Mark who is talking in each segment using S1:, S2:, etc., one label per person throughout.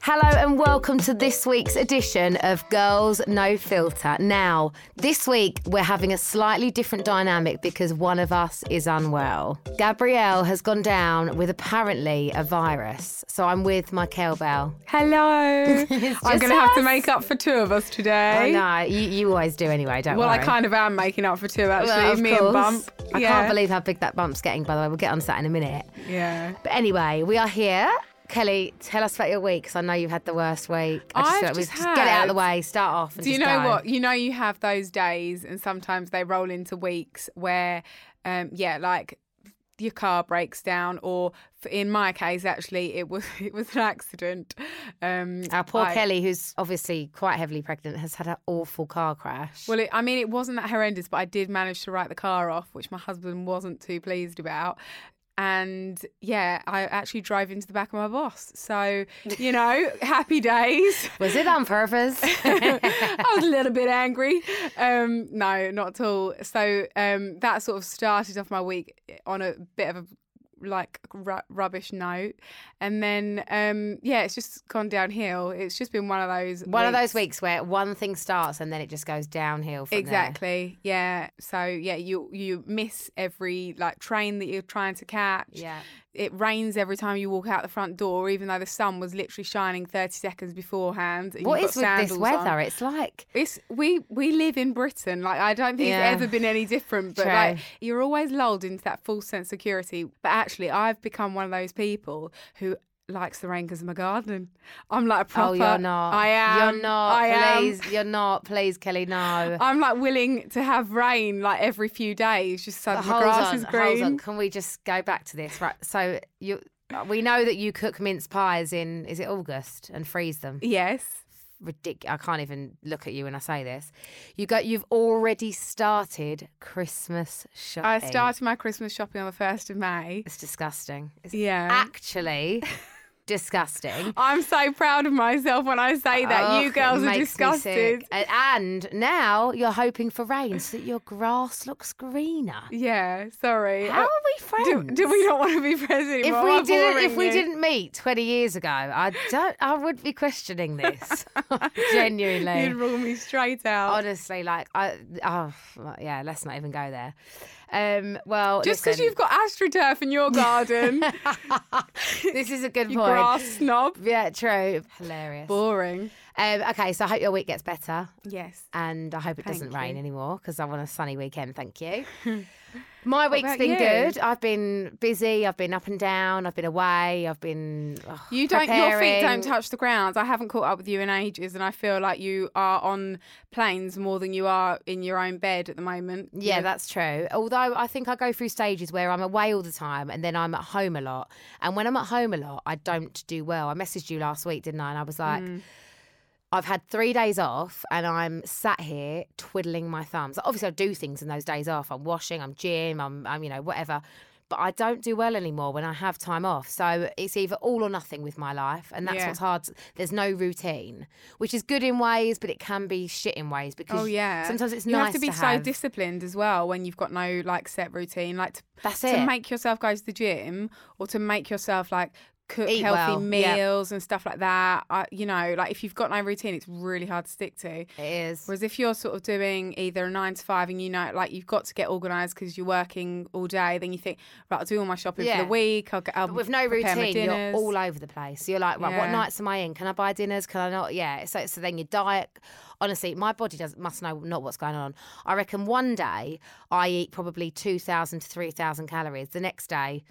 S1: Hello and welcome to this week's edition of Girls No Filter. Now, this week we're having a slightly different dynamic because one of us is unwell. Gabrielle has gone down with apparently a virus, so I'm with my kettlebell.
S2: Hello. I'm
S1: just
S2: going to have to
S1: us.
S2: make up for two of us today.
S1: I know, you, you always do anyway, don't
S2: Well,
S1: worry.
S2: I kind of am making up for two, actually.
S1: Well, of
S2: Me
S1: course.
S2: and Bump.
S1: I
S2: yeah.
S1: can't believe how big that bump's getting, by the way. We'll get on to that in a minute.
S2: Yeah.
S1: But anyway, we are here. Kelly, tell us about your week because I know you've had the worst week.
S2: I've
S1: feel like we
S2: just
S1: get it out of the
S2: had-
S1: way, start off. And
S2: Do you
S1: just
S2: know
S1: go.
S2: what? You know, you have those days, and sometimes they roll into weeks where, um, yeah, like your car breaks down, or f- in my case, actually, it was it was an accident. Um,
S1: Our poor
S2: I-
S1: Kelly, who's obviously quite heavily pregnant, has had an awful car crash.
S2: Well, it, I mean, it wasn't that horrendous, but I did manage to write the car off, which my husband wasn't too pleased about. And yeah, I actually drove into the back of my boss. So, you know, happy days.
S1: was it on purpose?
S2: I was a little bit angry. Um, no, not at all. So um, that sort of started off my week on a bit of a like ru- rubbish note, and then um, yeah, it's just gone downhill. It's just been one of those
S1: One of those
S2: weeks.
S1: weeks where one thing starts and then it just goes downhill from there.
S2: Exactly. Yeah. So yeah, you you miss every like train that you're trying to catch.
S1: Yeah.
S2: It rains every time you walk out the front door, even though the sun was literally shining 30 seconds beforehand. and
S1: What
S2: you've
S1: is
S2: got
S1: with this
S2: sandals
S1: weather?
S2: on.
S1: It's like
S2: It's we we live in Britain. Like I don't think
S1: Yeah.
S2: it's ever been any different. But
S1: True.
S2: like you're always lulled into that false sense of security. But actually, I've become one of those people who likes the rain because of my garden. I'm like a proper.
S1: oh, you're not.
S2: I am.
S1: You're not.
S2: I am.
S1: please, you're not. Please, Kelly, no.
S2: I'm like willing to have rain like every few days just so that my
S1: hold
S2: grass
S1: on,
S2: is
S1: hold on.
S2: green.
S1: Can we just go back to this? Right. So you, we know that you cook mince pies in is it August and freeze them.
S2: Yes.
S1: ridiculous. I can't even look at you when I say this. You got you've already started Christmas shopping.
S2: I started my Christmas shopping on the 1st of May.
S1: It's disgusting. It's
S2: Yeah.
S1: actually disgusting.
S2: I'm so proud of myself when I say that.
S1: Ugh,
S2: you
S1: it
S2: girls are
S1: Oh, makes me
S2: disgusted.
S1: sick. A- And now you're hoping for rain so that your grass looks greener.
S2: Yeah, sorry.
S1: How
S2: Uh,
S1: are we
S2: do,
S1: friends?
S2: do we not want to be friends anymore?
S1: If
S2: Am I
S1: we didn't, if
S2: boring
S1: we
S2: you?
S1: didn't meet twenty years ago, I don't. I would be questioning this genuinely.
S2: You'd rule me straight out.
S1: honestly, like I, oh yeah, let's not even go there. Um, well,
S2: just because you've got astroturf in your garden,
S1: this is a good
S2: you
S1: point.
S2: grass snob.
S1: Yeah, true. Hilarious.
S2: Boring.
S1: Um, okay, so I hope your week gets better,
S2: Yes.
S1: and I hope it doesn't
S2: Thank
S1: rain
S2: you.
S1: anymore because I want a sunny weekend. Thank you. My week's
S2: about
S1: been
S2: you?
S1: good. I've been busy. I've been up and down. I've been away. I've been. oh,
S2: You don't. Your feet
S1: preparing.
S2: don't touch the ground. I haven't caught up with you in ages, and I feel like you are on planes more than you are in your own bed at the moment.
S1: Yeah,
S2: You know,
S1: that's true. Although I think I go through stages where I'm away all the time and then I'm at home a lot. And when I'm at home a lot, I don't do well. I messaged you last week, didn't I? And I was like,
S2: Mm.
S1: I've had three days off and I'm sat here twiddling my thumbs. Obviously, I do things in those days off. I'm washing, I'm gym, I'm, I'm you know, whatever. But I don't do well anymore when I have time off. So it's either all or nothing with my life. And that's
S2: Yeah.
S1: what's hard. There's no routine, which is good in ways, but it can be shit in ways because
S2: Oh yeah.
S1: sometimes it's
S2: you
S1: nice
S2: have to be so
S1: have-
S2: disciplined as well when you've got no like set routine, like to,
S1: That's
S2: to
S1: it.
S2: make yourself go to the gym or to make yourself like cook
S1: Eat
S2: healthy
S1: well, yeah.
S2: meals and stuff like that. I, you know, like if you've got no routine, it's really hard to stick to.
S1: It is.
S2: Whereas if you're sort of doing either a nine to five and you know, like you've got to get organised because you're working all day, then you think, right, I'll do all my shopping for
S1: Yeah.
S2: the week. I'll get I'll
S1: But with no
S2: prepare my
S1: routine, you're
S2: dinners."
S1: all over the place. You're like, right, what
S2: Yeah.
S1: nights am I in? Can I buy dinners? Can I not? Yeah. So, so then your diet. Honestly, my body does must know not what's going on. I reckon one day I eat probably two thousand to three thousand calories. The next day.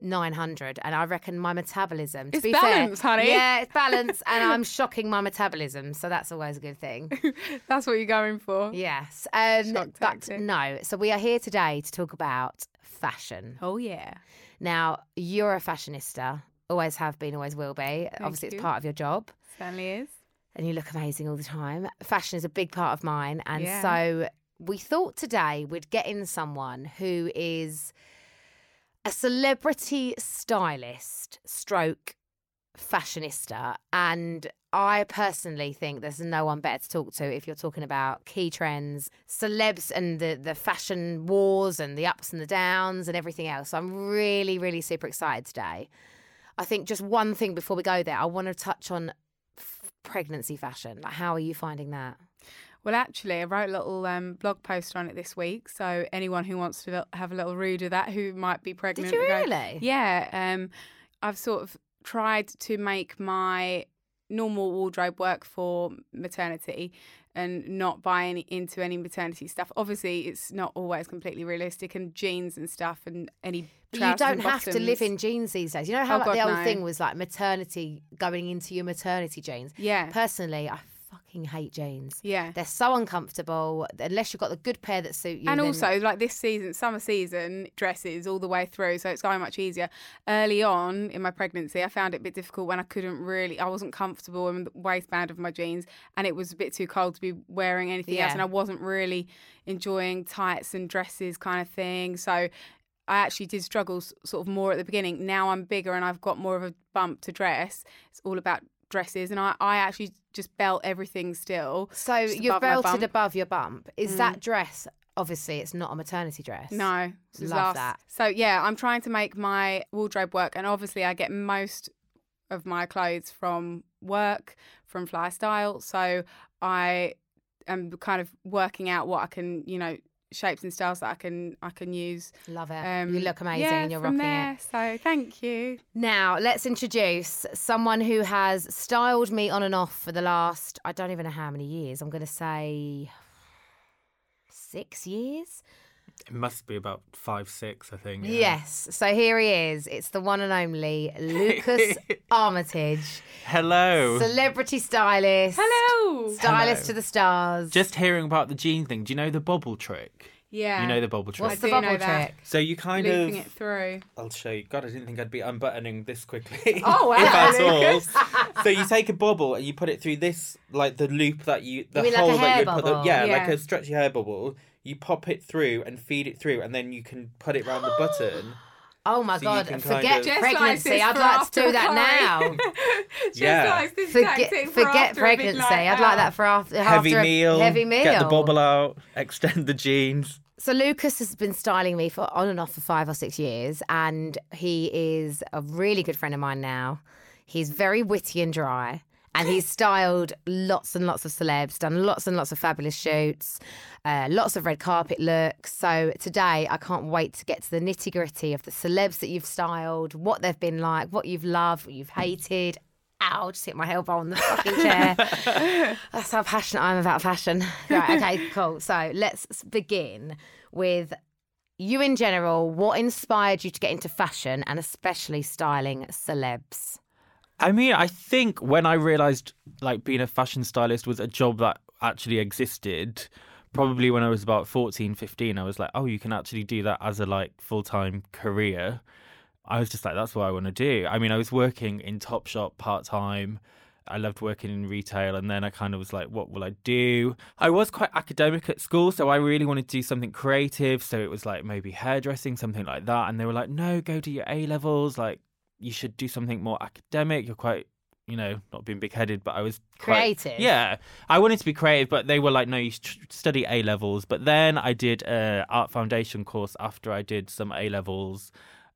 S1: 900 and I reckon my metabolism to
S2: It's
S1: be
S2: balance,
S1: fair,
S2: honey.
S1: yeah it's balance and I'm shocking my metabolism so that's always a good thing
S2: That's what you're going for.
S1: yes um,
S2: Shock
S1: but
S2: tactic.
S1: no so we are here today to talk about fashion
S2: Oh yeah.
S1: Now, you're a fashionista, always have been, always will be. Obviously,
S2: you.
S1: it's part of your job
S2: Certainly is.
S1: and you look amazing all the time. Fashion is a big part of mine. And
S2: Yeah.
S1: so we thought today we'd get in someone who is a celebrity stylist, stroke fashionista. And I personally think there's no one better to talk to if you're talking about key trends, celebs, and the, the fashion wars and the ups and the downs and everything else. So I'm really, really super excited today. I think just one thing before we go there, I want to touch on pregnancy fashion? Like, how are you finding that?
S2: Well, actually, I wrote a little um, blog post on it this week. So anyone who wants to l- have a little read of that, who might be pregnant,
S1: Did you
S2: and going,
S1: really?
S2: Yeah, um, I've sort of tried to make my normal wardrobe work for maternity and not buy any, into any maternity stuff. Obviously, it's not always completely realistic, and jeans and stuff, and any.
S1: But you
S2: trousers
S1: don't
S2: and
S1: have to
S2: bottoms.
S1: live in jeans these days. You know how
S2: Oh,
S1: like, the
S2: God,
S1: old
S2: no.
S1: thing was like maternity going into your maternity jeans.
S2: Yeah,
S1: Personally, I fucking hate jeans.
S2: yeah.
S1: They're so uncomfortable unless you've got the good pair that suit you.
S2: And
S1: then-
S2: also, like this season, summer season dresses all the way through, so it's going much easier. Early on in my pregnancy, I found it a bit difficult when I couldn't really, I wasn't comfortable in the waistband of my jeans, and it was a bit too cold to be wearing anything else,
S1: Yeah.
S2: and I wasn't really enjoying tights and dresses kind of thing. So I actually did struggle s- sort of more at the beginning. Now I'm bigger and I've got more of a bump to dress. It's all about dresses, and I, I actually just belt everything still.
S1: so
S2: just
S1: you're
S2: above my
S1: belted
S2: bump. Mm.
S1: above your bump. Is that dress? Obviously, it's not a maternity dress.
S2: No, this is
S1: Love
S2: last.
S1: that.
S2: So yeah, I'm trying to make my wardrobe work, and obviously, I get most of my clothes from work, from Fly Style. So I am kind of working out what I can, you know, shapes and styles that I can I can use.
S1: love it.
S2: Um,
S1: you look amazing,
S2: yeah,
S1: and you're rocking
S2: from there.
S1: it.
S2: So thank you.
S1: Now, let's introduce someone who has styled me on and off for the last, I don't even know how many years. I'm going to say six years.
S3: It must be about five, six, I think. yeah.
S1: Yes. So here he is. It's the one and only Lucas Armitage,
S3: Hello.
S1: celebrity stylist.
S2: Hello.
S1: Stylist
S3: Hello.
S1: to the stars.
S3: Just hearing about the jean thing, do you know the bobble trick?
S2: Yeah.
S3: You know the bobble trick.
S1: Uh, What's
S2: I
S1: the
S2: do
S1: bubble
S2: know that.
S1: trick?
S3: so you kind
S2: looping
S3: of.
S2: it through.
S3: I'll show you. God, I didn't think I'd be unbuttoning this quickly.
S2: Oh,
S3: if
S2: wow,
S3: at all. so you take a bobble and you put it through this, like the loop that you, the
S1: You mean like a
S3: hole that
S1: hair
S3: you put the,
S1: bubble?
S3: yeah, like
S2: Yeah.
S3: a stretchy hair bubble. You pop it through and feed it through, and then you can put it round the button.
S1: Oh my
S3: So you
S1: God.
S3: can kind
S1: Forget
S3: of-
S2: Just like
S1: pregnancy.
S2: this
S1: I'd
S2: for
S1: like to
S2: after
S1: do
S2: a
S1: that
S2: curry.
S1: now.
S2: Just
S3: Yeah.
S2: like this
S1: Forget,
S2: tactic for
S1: forget
S2: after a big
S1: pregnancy. I'd like that for after,
S3: heavy
S1: after a
S3: meal.
S1: Heavy meal.
S3: Get the bobble out. Extend the jeans.
S1: So Lucas has been styling me for on and off for five or six years, and he is a really good friend of mine now. He's very witty and dry, and he's styled lots and lots of celebs, done lots and lots of fabulous shoots, uh, lots of red carpet looks. So today, I can't wait to get to the nitty gritty of the celebs that you've styled, what they've been like, what you've loved, what you've hated. Ow, just hit my elbow on the fucking chair. That's how passionate I am about fashion. Right, okay, cool. So let's s- begin with you in general. What inspired you to get into fashion and especially styling celebs?
S3: I mean, I think when I realized like being a fashion stylist was a job that actually existed, probably when I was about 14, 15, I was like, oh, you can actually do that as a like full-time career. I was just like, that's what I want to do. I mean, I was working in Topshop part-time. I loved working in retail and then I kind of was like, what will I do? I was quite academic at school, so I really wanted to do something creative. So it was like maybe hairdressing, something like that. And they were like, no, go do your A levels, like you should do something more academic. You're quite, you know, not being big headed, but I was quite-
S1: Creative.
S3: yeah, I wanted to be creative, but they were like, no, you should study A levels. But then I did a art foundation course after I did some A levels,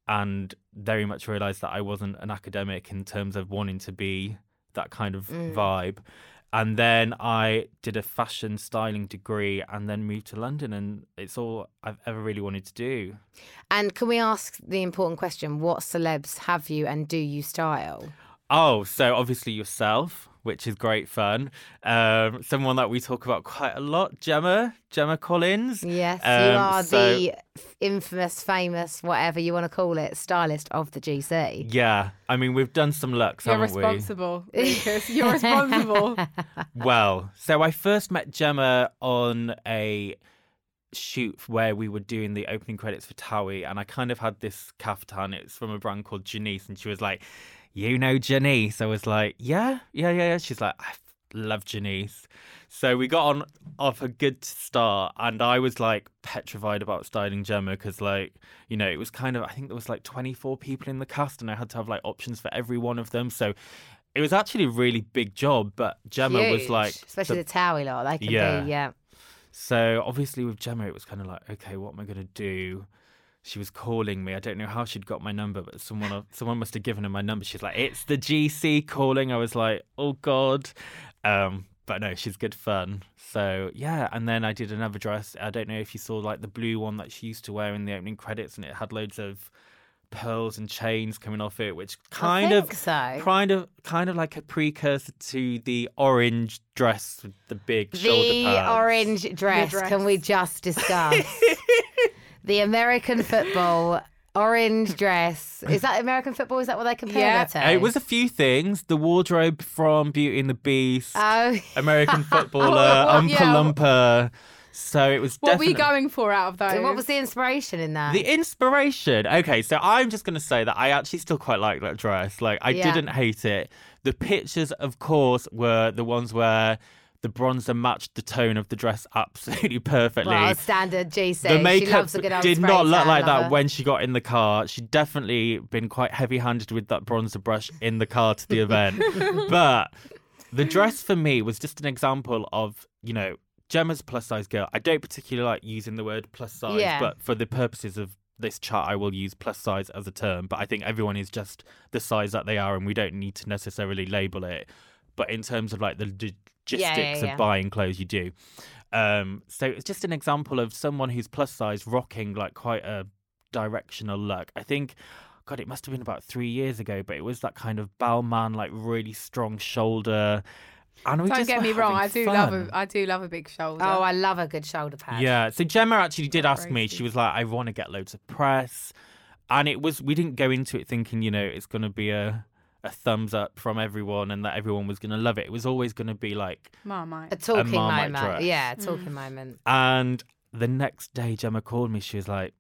S3: and very much realised that I wasn't an academic in terms of wanting to be that kind of
S2: Mm.
S3: vibe. And then I did a fashion styling degree, and then moved to London, and it's all I've ever really wanted to do.
S1: And can we ask the important question? What celebs have you and do you style?
S3: Oh, so obviously yourself, which is great fun. Um, someone that we talk about quite a lot, Gemma, Gemma Collins.
S1: Yes, you
S3: Um,
S1: are
S3: so-
S1: the f- infamous, famous, whatever you want to call it, stylist of the GC.
S3: Yeah, I mean we've done some looks,
S2: You're
S3: haven't
S2: responsible, Lucas. You're responsible.
S3: we? Well, so I first met Gemma on a shoot where we were doing the opening credits for Towie, and I kind of had this caftan. It's from a brand called Janice, and she was like, "You know Janice?" I was like, "Yeah, yeah, yeah." yeah." She's like, "I f- love Janice." So we got on off a good start, and I was like petrified about styling Gemma because, like, you know, it was kind of I think there was like 24 people in the cast, and I had to have like options for every one of them. So. It was actually a really big job, but Gemma was
S1: Huge,
S3: like
S1: especially the, Towie lot. They can
S3: Yeah.
S1: do, yeah.
S3: so obviously with Gemma, it was kind of like, okay, what am I gonna do? she was calling me. I don't know how she'd got my number, but someone someone must have given her my number. She's like, "It's the GC calling." I was like, "Oh God," um, but no, she's good fun. So yeah, and then I did another dress. I don't know if you saw like the blue one that she used to wear in the opening credits, and it had loads of pearls and chains coming off it, which kind
S1: think
S3: of
S1: so.
S3: kind of kind of like a precursor to the orange dress with the big shoulder pads.
S1: The orange dress,
S2: dress.
S1: Can we just discuss the American football orange dress? Is that American football? Is that what they compare
S2: Yeah.
S1: that to?
S3: It was a few things. The wardrobe from Beauty and the Beast,
S1: Oh,
S3: American footballer,
S2: Oh,
S3: Umpa
S2: yeah.
S3: Lumpa. So it was
S2: What
S3: definitely
S2: were you going for out of those?
S1: what was the inspiration in that?
S3: the inspiration. Okay, so I'm just gonna say that I actually still quite like that dress. Like I
S1: Yeah.
S3: didn't hate it. The pictures, of course, were the ones where the bronzer matched the tone of the dress absolutely perfectly.
S1: well, standard GC.
S3: the
S1: she
S3: makeup
S1: loves a good old
S3: did
S1: spray
S3: not look
S1: tan,
S3: like
S1: love
S3: that
S1: her.
S3: when she got in the car. She'd definitely been quite heavy handed with that bronzer brush in the car to the event. but the dress for me was just an example of, you know, Gemma's a plus size girl. I don't particularly like using the word plus size,
S1: Yeah.
S3: but for the purposes of this chat, I will use plus size as a term. But I think everyone is just the size that they are, and we don't need to necessarily label it. But in terms of like the logistics
S1: yeah, yeah.
S3: of buying clothes, you do. Um, so it's just an example of someone who's plus size rocking like quite a directional look. I think, God, it must have been about three years ago, but it was that kind of Balmain, like really strong shoulder. And we
S2: Don't
S3: just
S2: get
S3: were
S2: me wrong. I
S3: having
S2: do love
S3: fun.
S2: a I do love a big shoulder.
S1: Oh, I love a good shoulder pad.
S3: Yeah. So Gemma actually did ask me.
S2: Crazy.
S3: She was like, "I want to get loads of press," and it was we didn't go into it thinking, you know, it's going to be a a thumbs up from everyone and that everyone was going to love it. It was always going to be like,
S1: A
S2: Marmite.
S1: talking
S3: Marmite
S1: moment.
S3: dress.
S1: Yeah, a talking
S2: Mm.
S1: moment.
S3: and the next day Gemma called me. She was like,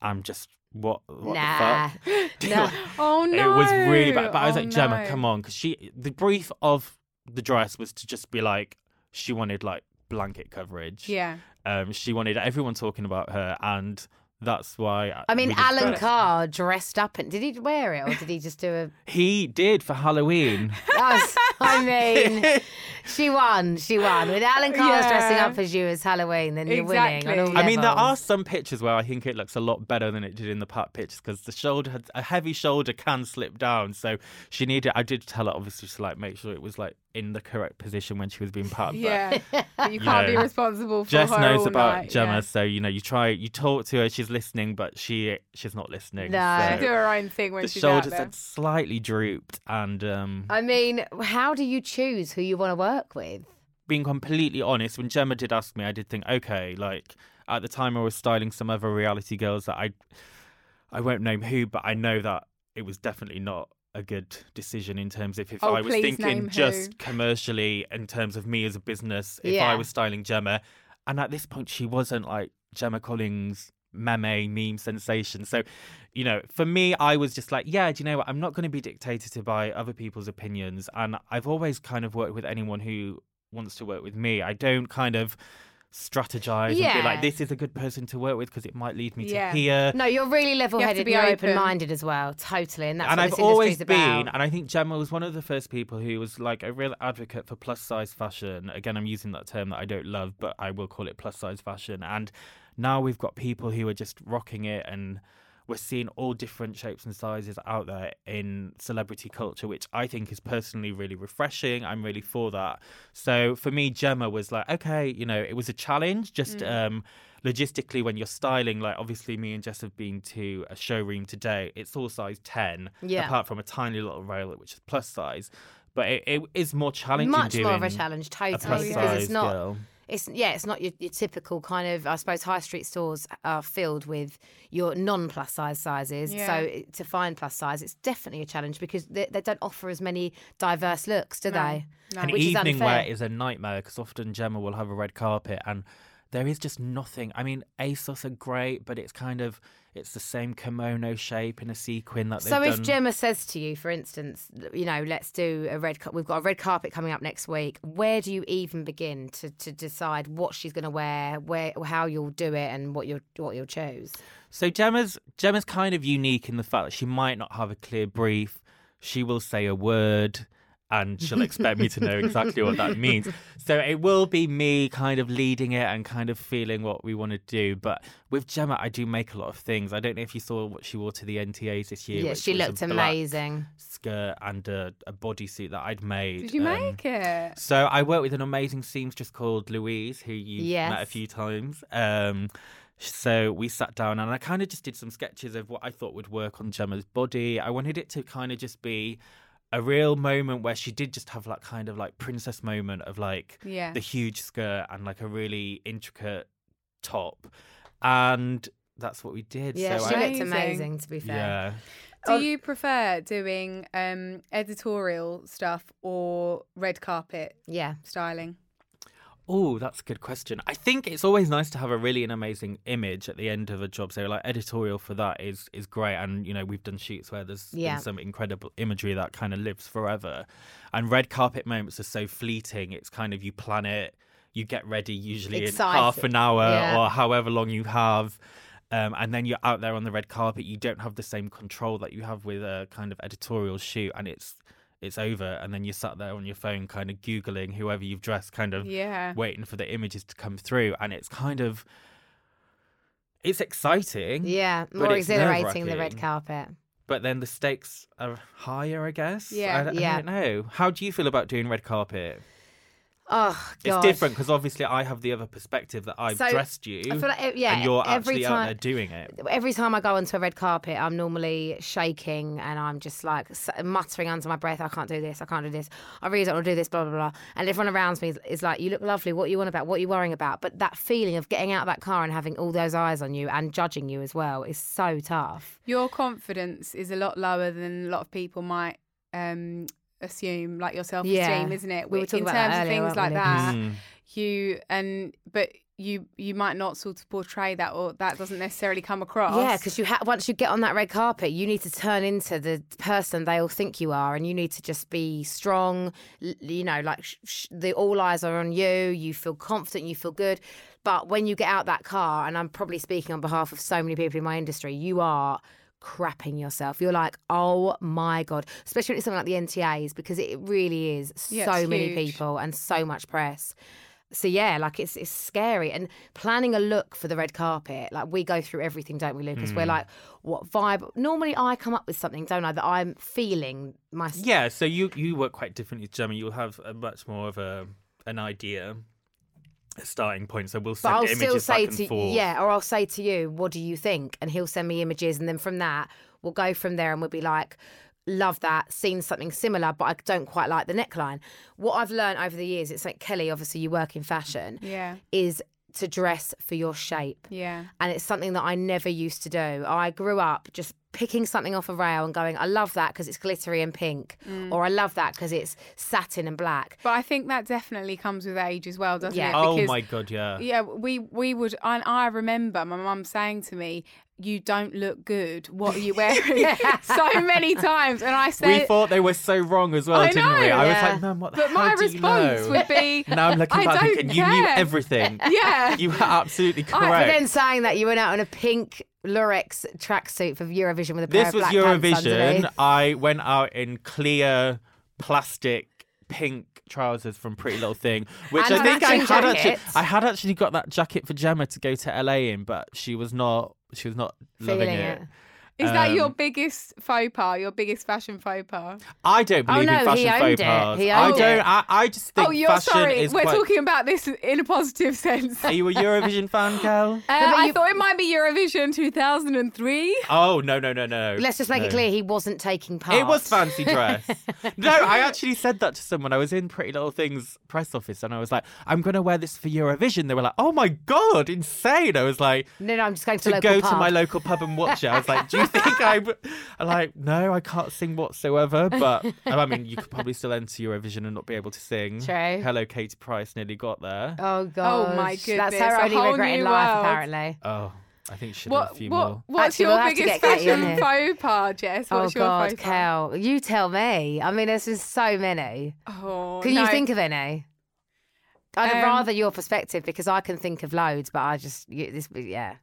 S3: "I'm just what what
S1: nah.
S3: the fuck." Do you
S1: Nah.
S3: know-
S2: Oh no!
S3: It was really bad. But I was
S2: Oh,
S3: like, Gemma,
S2: no.
S3: come on, because she the brief of the dress was to just be like she wanted like blanket coverage.
S2: Yeah.
S3: Um, she wanted everyone talking about her, and that's why.
S1: I mean,
S3: we just
S1: Alan
S3: got it.
S1: Carr dressed up and did he wear it or did he just do a?
S3: He did for Halloween.
S1: Us. I mean, she won. She won. With Alan Carr's
S2: Yeah.
S1: dressing up as you as Halloween, then you're winning. On all
S2: Exactly.
S3: I mean, there are
S1: levels.
S3: some pictures where I think it looks a lot better than it did in the pat pictures because the shoulder, had, a heavy shoulder, can slip down. So she needed. I did tell her obviously to like make sure it was like in the correct position when she was being patted. but
S2: Yeah. But you can't
S3: know,
S2: be responsible for
S3: Jess
S2: her
S3: knows
S2: all
S3: about
S2: night.
S3: Gemma,
S2: yeah.
S3: so you know you try, you talk to her, she's listening, but she she's not listening.
S1: No.
S3: so
S1: She
S2: Do her own thing when
S3: uh, the
S2: she's
S3: shoulders
S2: out there.
S3: had slightly drooped, and um,
S1: I mean, how do you choose who you want to work with?
S3: being completely honest, when Gemma did ask me, I did think, okay, like at the time I was styling some other reality girls that I, I won't name who, but I know that it was definitely not a good decision in terms of if
S2: Oh,
S3: I was
S2: please
S3: thinking
S2: name
S3: just
S2: who.
S3: commercially in terms of me as a business, if
S1: Yeah.
S3: I was styling Gemma, and at this point she wasn't like Gemma Collins. Meme meme sensation. So, you know, for me, I was just like, yeah, do you know what? I'm not going to be dictated to by other people's opinions. And I've always kind of worked with anyone who wants to work with me. I don't kind of strategize and
S1: Yeah.
S3: be like, this is a good person to work with because it might lead me
S2: Yeah.
S3: to here.
S1: No, you're really level-headed.
S2: be
S1: and You're
S2: open.
S1: open-minded as well, totally. And that's
S3: and
S1: what
S3: I've
S1: this
S3: always
S1: industry's about.
S3: been, and I think Gemma was one of the first people who was like a real advocate for plus size fashion. Again, I'm using that term that I don't love, but I will call it plus size fashion. And now we've got people who are just rocking it and we're seeing all different shapes and sizes out there in celebrity culture, which I think is personally really refreshing. I'm really for that. So for me, Gemma was like, okay, you know, it was a challenge. Just um, logistically, when you're styling, like obviously, me and Jess have been to a showroom today. It's all size ten,
S1: Yeah.
S3: apart from a tiny little rail which is plus size. But it, it is more challenging.
S1: Much
S3: doing
S1: more of a challenge,
S3: a
S1: totally,
S3: plus
S1: because
S3: size
S1: it's not.
S3: girl.
S1: It's yeah, it's not your, your typical kind of. I suppose high street stores are filled with your non-plus size sizes.
S2: Yeah.
S1: So it- to find plus size, it's definitely a challenge because they, they don't offer as many diverse looks, do they?
S2: No.
S3: An
S1: Which is
S3: evening
S1: unfair.
S3: wear is a nightmare because often Gemma will have a red carpet and there is just nothing. I mean, ASOS are great, but it's kind of it's the same kimono shape in a sequin that they've
S1: So if
S3: done.
S1: Gemma says to you, for instance, you know, let's do a red. Car- we've got a red carpet coming up next week. Where do you even begin to, to decide what she's going to wear, where, how you'll do it, and what you'll what you'll choose?
S3: So Gemma's Gemma's kind of unique in the fact that she might not have a clear brief. She will say a word, and she'll expect me to know exactly what that means. So it will be me kind of leading it and kind of feeling what we want to do. But with Gemma, I do make a lot of things. I don't know if you saw what she wore to the NTAs this year.
S1: yeah,
S3: which
S1: she
S3: was a
S1: looked
S3: black
S1: amazing.
S3: Skirt and a, a bodysuit that I'd made.
S2: Did you
S3: um,
S2: make it?
S3: so I work with an amazing seamstress called Louise, who you have met a
S1: Yes.
S3: few times. Um, so we sat down and I kind of just did some sketches of what I thought would work on Gemma's body. I wanted it to kind of just be a real moment where she did just have that kind of like princess moment of like
S2: Yeah.
S3: the huge skirt and like a really intricate top, and that's what we did.
S1: Yeah,
S3: so
S1: she
S3: I,
S1: looked
S2: Amazing.
S1: amazing. To be fair,
S3: yeah.
S2: Do Oh, you prefer doing um, editorial stuff or red carpet
S1: yeah.
S2: styling?
S3: Oh, that's a good question. I think it's always nice to have a really an amazing image at the end of a job. So like editorial for that is is great and you know, we've done shoots where there's
S1: Yeah.
S3: been some incredible imagery that kind of lives forever. And red carpet moments are so fleeting. It's kind of you plan it, you get ready usually
S1: Excited.
S3: in half an hour
S1: Yeah.
S3: or however long you have. Um, and then you're out there on the red carpet. You don't have the same control that you have with a kind of editorial shoot, and it's it's over. And then you sat there on your phone, kind of googling whoever you've dressed, kind of
S2: Yeah.
S3: waiting for the images to come through and it's kind of it's exciting
S1: Yeah,
S3: Mm. But
S1: more
S3: it's
S1: exhilarating the red
S3: nerve-wracking.
S1: carpet.
S3: but then the stakes are higher i guess
S2: Yeah,
S3: I, d- I
S1: yeah.
S3: don't know how do you feel about doing red carpet
S1: Oh god,
S3: it's different because obviously i have the other perspective that i've
S1: So,
S3: dressed you
S1: I feel like ev- yeah,
S3: and you're
S1: every
S3: actually out
S1: time-
S3: there doing it
S1: Every time I go onto a red carpet, I'm normally shaking and I'm just like s- muttering under my breath, I can't do this, I can't do this, I really don't want to do this, blah, blah, blah. And everyone around me is, is like, you look lovely, what are you on about, what are you worrying about? But that feeling of getting out of that car and having all those eyes on you and judging you as well is so tough.
S2: Your confidence is a lot lower than a lot of people might um, assume, like your self esteem,
S1: Yeah.
S2: isn't it?
S1: We were
S2: Which-
S1: talking
S2: in
S1: about
S2: terms
S1: that
S2: of
S1: earlier,
S2: things
S1: weren't we,
S2: like that,
S3: Mm.
S2: you and but you you might not sort of portray that, or that doesn't necessarily come across.
S1: Yeah, because you ha- once you get on that red carpet, you need to turn into the person they all think you are, and you need to just be strong. l- You know, like sh- sh- the all eyes are on you. You feel confident. You feel good. But when you get out that car, and I'm probably speaking on behalf of so many people in my industry, you are crapping yourself. You're like, oh my god, especially when it's something like the NTAs because it really is
S2: Yeah,
S1: so
S2: it's
S1: many
S2: huge.
S1: people and so much press. So yeah, like it's it's scary. And planning a look for the red carpet, like we go through everything, don't we, Lucas?
S3: Hmm.
S1: We're like, what vibe? Normally, I come up with something, don't I? That I'm feeling myself.
S3: yeah so you you work quite differently to gemma you'll have a much more of a an idea a starting point so we'll
S1: But
S3: send
S1: I'll
S3: images
S1: still say
S3: back and
S1: to
S3: forth
S1: yeah, or I'll say to you, what do you think? And he'll send me images, and then from that, we'll go from there, and we'll be like, love that, seen something similar, but I don't quite like the neckline. What I've learned over the years, it's like Kelly, obviously, you work in fashion,
S2: yeah,
S1: is to dress for your shape.
S2: yeah,
S1: and it's something that I never used to do. I grew up just picking something off a rail and going, I love that because it's glittery and pink,
S2: Mm.
S1: or I love that because it's satin and black.
S2: but I think that definitely comes with age as well, doesn't
S1: Yeah.
S2: it?
S3: oh
S2: Because-
S3: my god yeah
S2: Yeah, we we would, and I remember my mum saying to me, "You don't look good. What are you wearing?" so many times, and I
S3: we
S2: said,
S3: thought they were so wrong as well,
S2: I
S3: didn't we?
S2: know.
S3: I was
S1: Yeah.
S3: like, "Man, what the
S2: but
S3: hell
S2: my
S3: do
S2: response
S3: you know?
S2: would be,
S3: Now I'm looking
S2: "I
S3: back
S2: don't
S3: and thinking, you knew
S2: care."
S3: everything.
S2: "Yeah,
S3: You were absolutely correct.
S1: But then saying that you went out on a pink Lurex tracksuit for Eurovision with a pair
S3: this
S1: of
S3: was
S1: uh, black pants underneath.
S3: Eurovision. I went out in clear plastic pink trousers from Pretty Little Thing, which
S1: And
S3: I think I
S1: matching
S3: had actually,
S1: jackets.
S3: I had actually got that jacket for Gemma to go to LA in, but she was not. She was not loving
S1: Feeling
S3: it.
S1: it.
S2: is that
S3: Um,
S2: your biggest faux pas? Your biggest fashion faux pas?"
S3: I don't
S1: Oh,
S3: believe in
S1: no,
S3: fashion
S1: he owned
S3: faux
S1: it.
S3: pas.
S1: He
S3: I
S1: owned
S3: don't.
S1: it.
S3: I, I just think
S2: Oh, you're
S3: fashion
S2: sorry.
S3: is
S2: We're
S3: quite.
S2: talking about this in a positive sense.
S3: Are
S2: Uh,
S3: you a Eurovision fan, Kel?
S1: but
S2: I
S1: you-
S2: thought it might be Eurovision 2003.
S3: Oh no no no no!
S1: Let's just make
S3: No.
S1: it clear he wasn't taking part.
S3: It was fancy dress. no, I actually said that to someone. I was in Pretty Little Things press office, and I was like, "I'm going to wear this for Eurovision." They were like, "Oh my god, insane!" I was like,
S1: No, no, I'm just going to,
S3: "To
S1: local
S3: go to
S1: pub.
S3: my local pub and watch it." I was like, "Do you think I'm?" I'm like, "No, I can't sing whatsoever." But I mean, you could probably still enter Eurovision and not be able to sing.
S1: True.
S3: Hello, Katie Price nearly got there.
S1: Oh god!
S2: my
S1: That's
S2: goodness,
S1: her
S2: a
S1: only
S2: whole
S1: regret in
S2: new
S1: life,
S2: world.
S1: apparently.
S3: Oh, I think she did a
S2: What,
S3: few
S2: what,
S3: more.
S2: what's
S1: Actually,
S2: your
S1: we'll have to
S2: biggest
S1: get Katie on
S2: fashion faux pas, Jess?
S1: Oh
S2: What's your
S1: god,
S2: faux pas?
S1: Kel, you tell me. I mean, there's just so many.
S2: Oh,
S1: Can
S2: no.
S1: you think of any? I'd
S2: Um,
S1: rather your perspective because I can think of loads, but I just you, this yeah.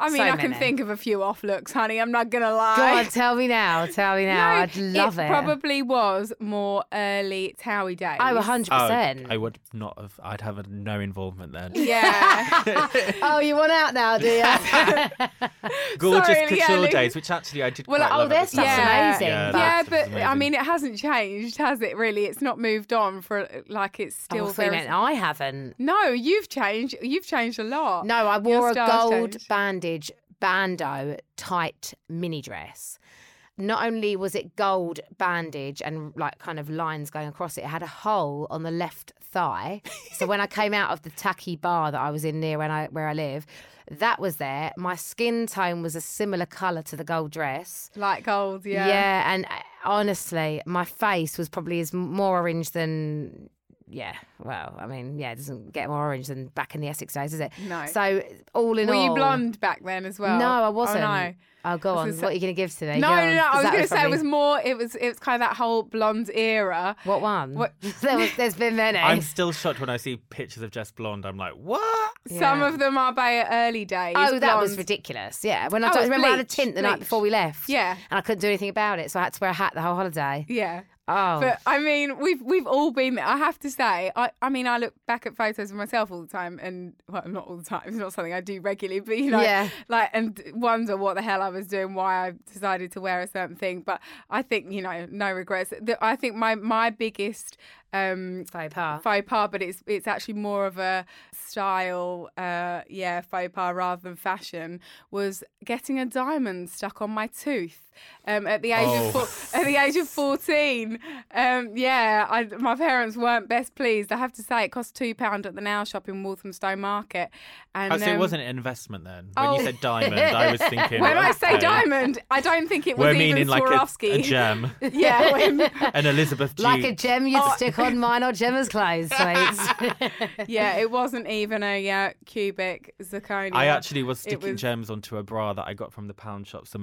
S2: I mean,
S1: So
S2: I can
S1: many.
S2: think of a few off looks, honey. I'm not gonna lie.
S1: Go on, tell me now. Tell me now.
S2: No,
S1: I'd love it.
S2: Probably was more early Towie days.
S1: Oh, 100%.
S3: Oh, I would not have. I'd have had no involvement then.
S2: Yeah.
S1: oh, you want out now, do you?
S3: Gorgeous
S2: Sorry,
S3: couture
S2: Leanne.
S3: days, which actually I did.
S2: Well,
S3: quite
S2: oh,
S3: love at
S1: their
S3: the
S1: stuff's
S3: time.
S1: amazing,
S3: Yeah,
S1: but-
S3: their
S2: yeah,
S3: stuff
S2: but
S3: is
S2: I
S3: amazing.
S2: mean, it hasn't changed, has it? Really, it's not moved on for like it's still
S1: oh, so you
S2: very.
S1: meant I haven't.
S2: No, you've changed. You've changed a lot.
S1: No, I
S2: Your
S1: wore a
S2: style's
S1: gold
S2: changed.
S1: bandage bando tight mini dress. Not only was it gold bandage and like kind of lines going across it, it had a hole on the left thigh. so when I came out of the tacky bar that I was in near when I where I live, that was there. My skin tone was a similar colour to the gold dress.
S2: Like gold, yeah.
S1: and uh, honestly, my face was probably as more orange than yeah. Well, I mean, yeah, it doesn't get more orange than back in the Essex days, does it?
S2: No.
S1: So all in
S2: Were
S1: all,
S2: you blonde back then as well?
S1: No, I
S2: Oh,
S1: wasn't.
S2: no.
S1: Oh, go on.
S2: This is-
S1: What are you going to give to me?
S2: No,
S1: Go
S2: no,
S1: on,
S2: no. I
S1: 'cause
S2: was
S1: that
S2: going to say it
S1: probably-
S2: was more. It was. It was kind of that whole blonde era.
S1: What one?
S2: What-
S1: there was, there's been many.
S3: I'm still shocked when I see pictures of Jess blonde. I'm like, what?
S2: Some
S1: Yeah.
S2: of them are by early days.
S1: Oh, that was
S2: blonde.
S1: ridiculous. Yeah. When I,
S2: Oh,
S1: don't-
S2: it's
S1: remember, I had a
S2: bleach,
S1: tint the night
S2: bleach.
S1: before we left.
S2: Yeah.
S1: And I couldn't do anything about it. So I had to wear a hat the whole holiday.
S2: Yeah.
S1: Oh.
S2: But I mean, we've we've all been there. I have to say, I, I mean, I look back at photos of myself all the time, and well, not all the time. It's not something I do regularly, but you know,
S1: Yeah.
S2: like, and wonder what the hell I was doing, why I decided to wear a certain thing. But I think you know, no regrets. The, I think my my biggest um,
S1: faux pas.
S2: faux pas, but it's it's actually more of a style, uh, yeah, faux pas rather than fashion. Was getting a diamond stuck on my tooth um, at the age
S3: Oh.
S2: of four, at the age of fourteen. Um, yeah, I, my parents weren't best pleased. I have to say, it cost two pound at the nail shop in Walthamstow Market, and
S3: Oh, so it
S2: um,
S3: wasn't an investment then. When
S2: oh.
S3: you said diamond, I was thinking.
S2: When I
S3: okay.
S2: say diamond, I don't think it was
S3: we're
S2: even
S3: meaning like a,
S2: Swarovski.
S3: a gem,
S2: yeah, when-
S3: an Elizabeth.
S1: Like
S3: Ju-
S1: a gem you'd
S2: Oh.
S1: stick on mine or Gemma's clothes, sweets.
S2: yeah, it wasn't even a uh, cubic zirconia.
S3: I actually was
S2: It
S3: sticking
S2: was-
S3: gems onto a bra that I got from the pound shop, some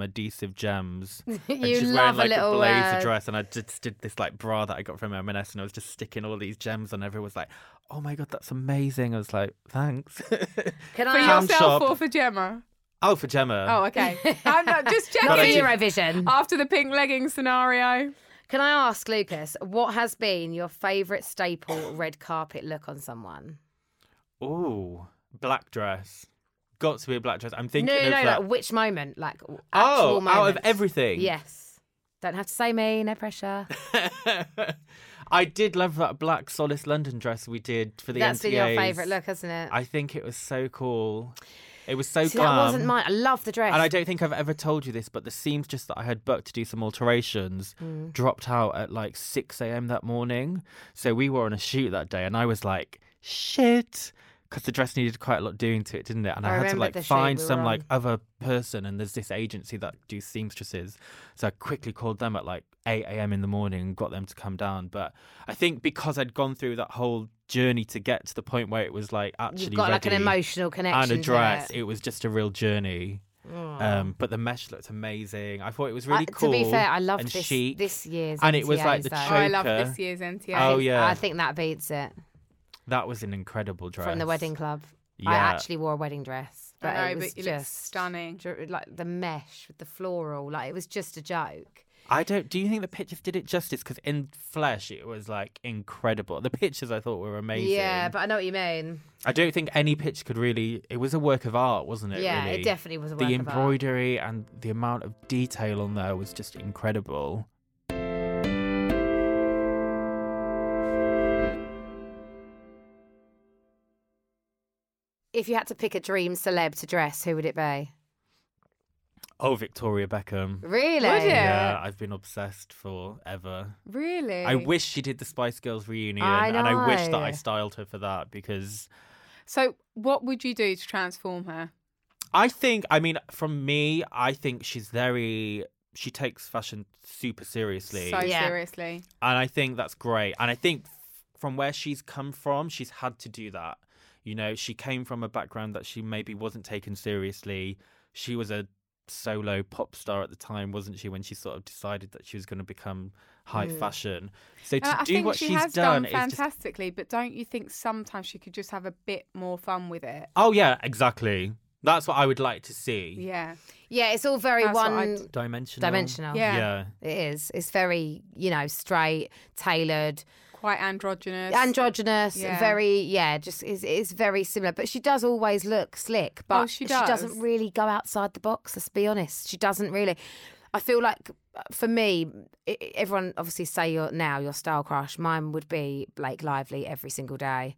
S3: adhesive gems. you and
S1: You
S3: she's
S1: love
S3: wearing
S1: a
S3: like
S1: little,
S3: blazer
S1: uh,
S3: dress, and I just did this like bra that I got from M&S, and I was just sticking all these gems on. Everyone was like, "Oh my god, that's amazing!" I was like, "Thanks."
S1: Can
S2: for
S1: I
S3: Pound
S1: ask
S2: yourself
S3: shop.
S2: or for Gemma?
S3: oh, for Gemma.
S2: Oh, okay. I'm not, just
S1: not for
S3: I
S2: checking.
S3: did-
S1: Eurovision?
S2: After the pink legging scenario,
S1: Uh, Can I ask Lucas what has been your favourite staple red carpet look on someone? Oh,
S3: Ooh, black dress. Got to be a black dress. I'm
S1: No,
S3: thinking
S1: no,
S3: of
S1: no.
S3: that.
S1: Like which moment? Like w- actual
S3: oh, out of
S1: moments.
S3: everything.
S1: Yes. Don't have to say me. No pressure.
S3: I did love that black Solace London dress we did for the
S1: That's been your
S3: NTAs.
S1: favourite look, hasn't it?
S3: I think it was so cool. It was so
S1: See,
S3: glam.
S1: that wasn't mine. I love the dress.
S3: And I don't think I've ever told you this, but the seamstress that I had booked to do some alterations
S1: Hmm.
S3: dropped out at like 6 a.m. that morning. So we were on a shoot that day, and I was like, shit. Because the dress needed quite a lot doing to it, didn't it? And
S1: I
S3: I, had to
S1: remember
S3: like
S1: the shoot
S3: find
S1: we were
S3: some like
S1: on.
S3: other person, and there's this agency that do seamstresses. So I quickly called them at like 8 a.m. in the morning and got them to come down. But I think because I'd gone through that whole journey to get to the point where it was like actually
S1: You've got like an
S3: ready
S1: emotional
S3: and
S1: connection.
S3: a dress,
S1: To
S3: it was just a real journey.
S1: it. Oh.
S3: Um, but the mesh looked amazing. I thought it was
S1: I-
S3: really cool.
S1: To be fair, I love
S3: and
S1: this
S3: chic.
S1: this year's.
S3: And it was like
S1: NTAs,
S3: the
S1: though.
S2: oh, I love
S3: Joker.
S2: this year's NTA.
S3: Oh yeah,
S1: I think that beats it
S3: that was an incredible dress
S1: from the wedding club.
S3: Yeah,
S1: I actually wore a wedding dress, but
S2: I
S1: it
S2: know,
S1: was
S2: but you look
S1: just
S2: stunning.
S1: dr- Like the mesh with the floral, like it was just a joke.
S3: I don't. Do you think the pictures did it justice? Because in flesh, it was like incredible. The pictures I thought were amazing.
S1: Yeah, but I know what you mean.
S3: I don't think any picture could really. It was a work of art, wasn't it?
S1: yeah,
S3: really?
S1: it definitely was a work
S3: The
S1: of art.
S3: embroidery and the amount of detail on there was just incredible.
S1: If you had to pick a dream celeb to dress, who would it be?
S3: Oh, Victoria Beckham.
S1: Really?
S2: Would it?
S3: Yeah,
S2: Yeah.
S3: I've been obsessed forever.
S2: Really?
S3: I wish she did the Spice Girls reunion,
S1: I
S3: and I wish that I
S1: know.
S3: styled her for that because
S2: So, what would you do to transform her?
S3: I think, I mean, from me, I think she's very. She takes fashion super seriously,
S2: So
S3: and
S1: Yeah.
S2: seriously,
S3: I think that's great. And I think f- from where she's come from, she's had to do that. You know, she came from a background that she maybe wasn't taken seriously. She was a solo pop star at the time, wasn't she? When she sort of decided that she was going to become high fashion, so to
S2: Hmm. And I
S3: do
S2: think
S3: what
S2: she
S3: she's
S2: has done,
S3: done, is just
S2: fantastically. But don't you think sometimes she could just have a bit more fun with it?
S3: Oh yeah, exactly. That's what I would like to see.
S2: Yeah.
S1: Yeah, it's all very
S2: That's what
S1: one
S2: I'd-
S3: Dimensional.
S1: dimensional.
S2: Yeah.
S3: Yeah.
S1: It is. It's very, you know, straight, tailored,
S2: Quite androgynous.
S1: androgynous,
S2: Yeah.
S1: very, yeah, just is is very similar. But she does always look slick, but
S2: Oh, she
S1: doesn't
S2: does.
S1: really go outside the box. Let's be honest, she doesn't really. I feel like uh, for me, i i- everyone obviously say your now your style crush. Mine would be Blake Lively every single day.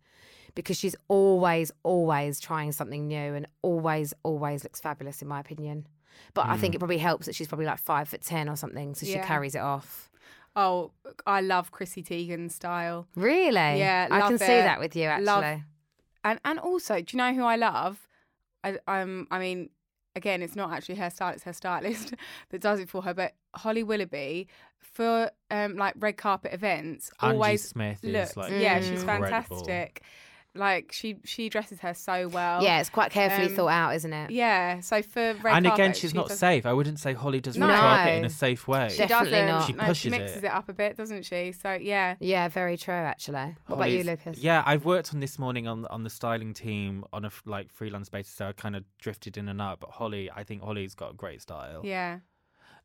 S1: Because she's always, always trying something new and always, always looks fabulous, in my opinion. But I think it probably helps that she's probably like five foot ten or something, so
S2: Yeah.
S1: she carries it off.
S2: oh, I love Chrissy Teigen style.
S1: Really?
S2: Yeah,
S1: I can
S2: love
S1: see
S2: it.
S1: that with you actually.
S2: Love- And and also, do you know who I love? I um I mean, again, it's not actually her style, it's her stylist that does it for her, but Holly Willoughby for um like red carpet events
S3: Angie
S2: always
S3: Smith is
S2: looks
S3: like
S2: yeah, she's
S3: incredible.
S2: fantastic. Like she she dresses her so well.
S1: yeah, it's quite carefully
S2: um,
S1: thought out, isn't it?
S2: Yeah. So for red
S3: and again,
S2: carpet,
S3: she's
S2: she
S3: not
S2: does-
S3: safe. I wouldn't say Holly does
S2: No.
S3: red carpet in
S1: No.
S3: a safe way.
S2: She
S1: Definitely
S2: doesn't.
S1: not. She
S2: No,
S3: pushes
S2: mixes
S3: it.
S2: it. up a bit, doesn't she? So yeah.
S1: Yeah, very true actually. What about you,
S3: Holly's-
S1: Lucas?
S3: Oh, Yeah, I've worked on this morning on on the styling team on a f- like freelance basis. So I kind of drifted in and out, but Holly, I think Holly's got a great style.
S2: Yeah.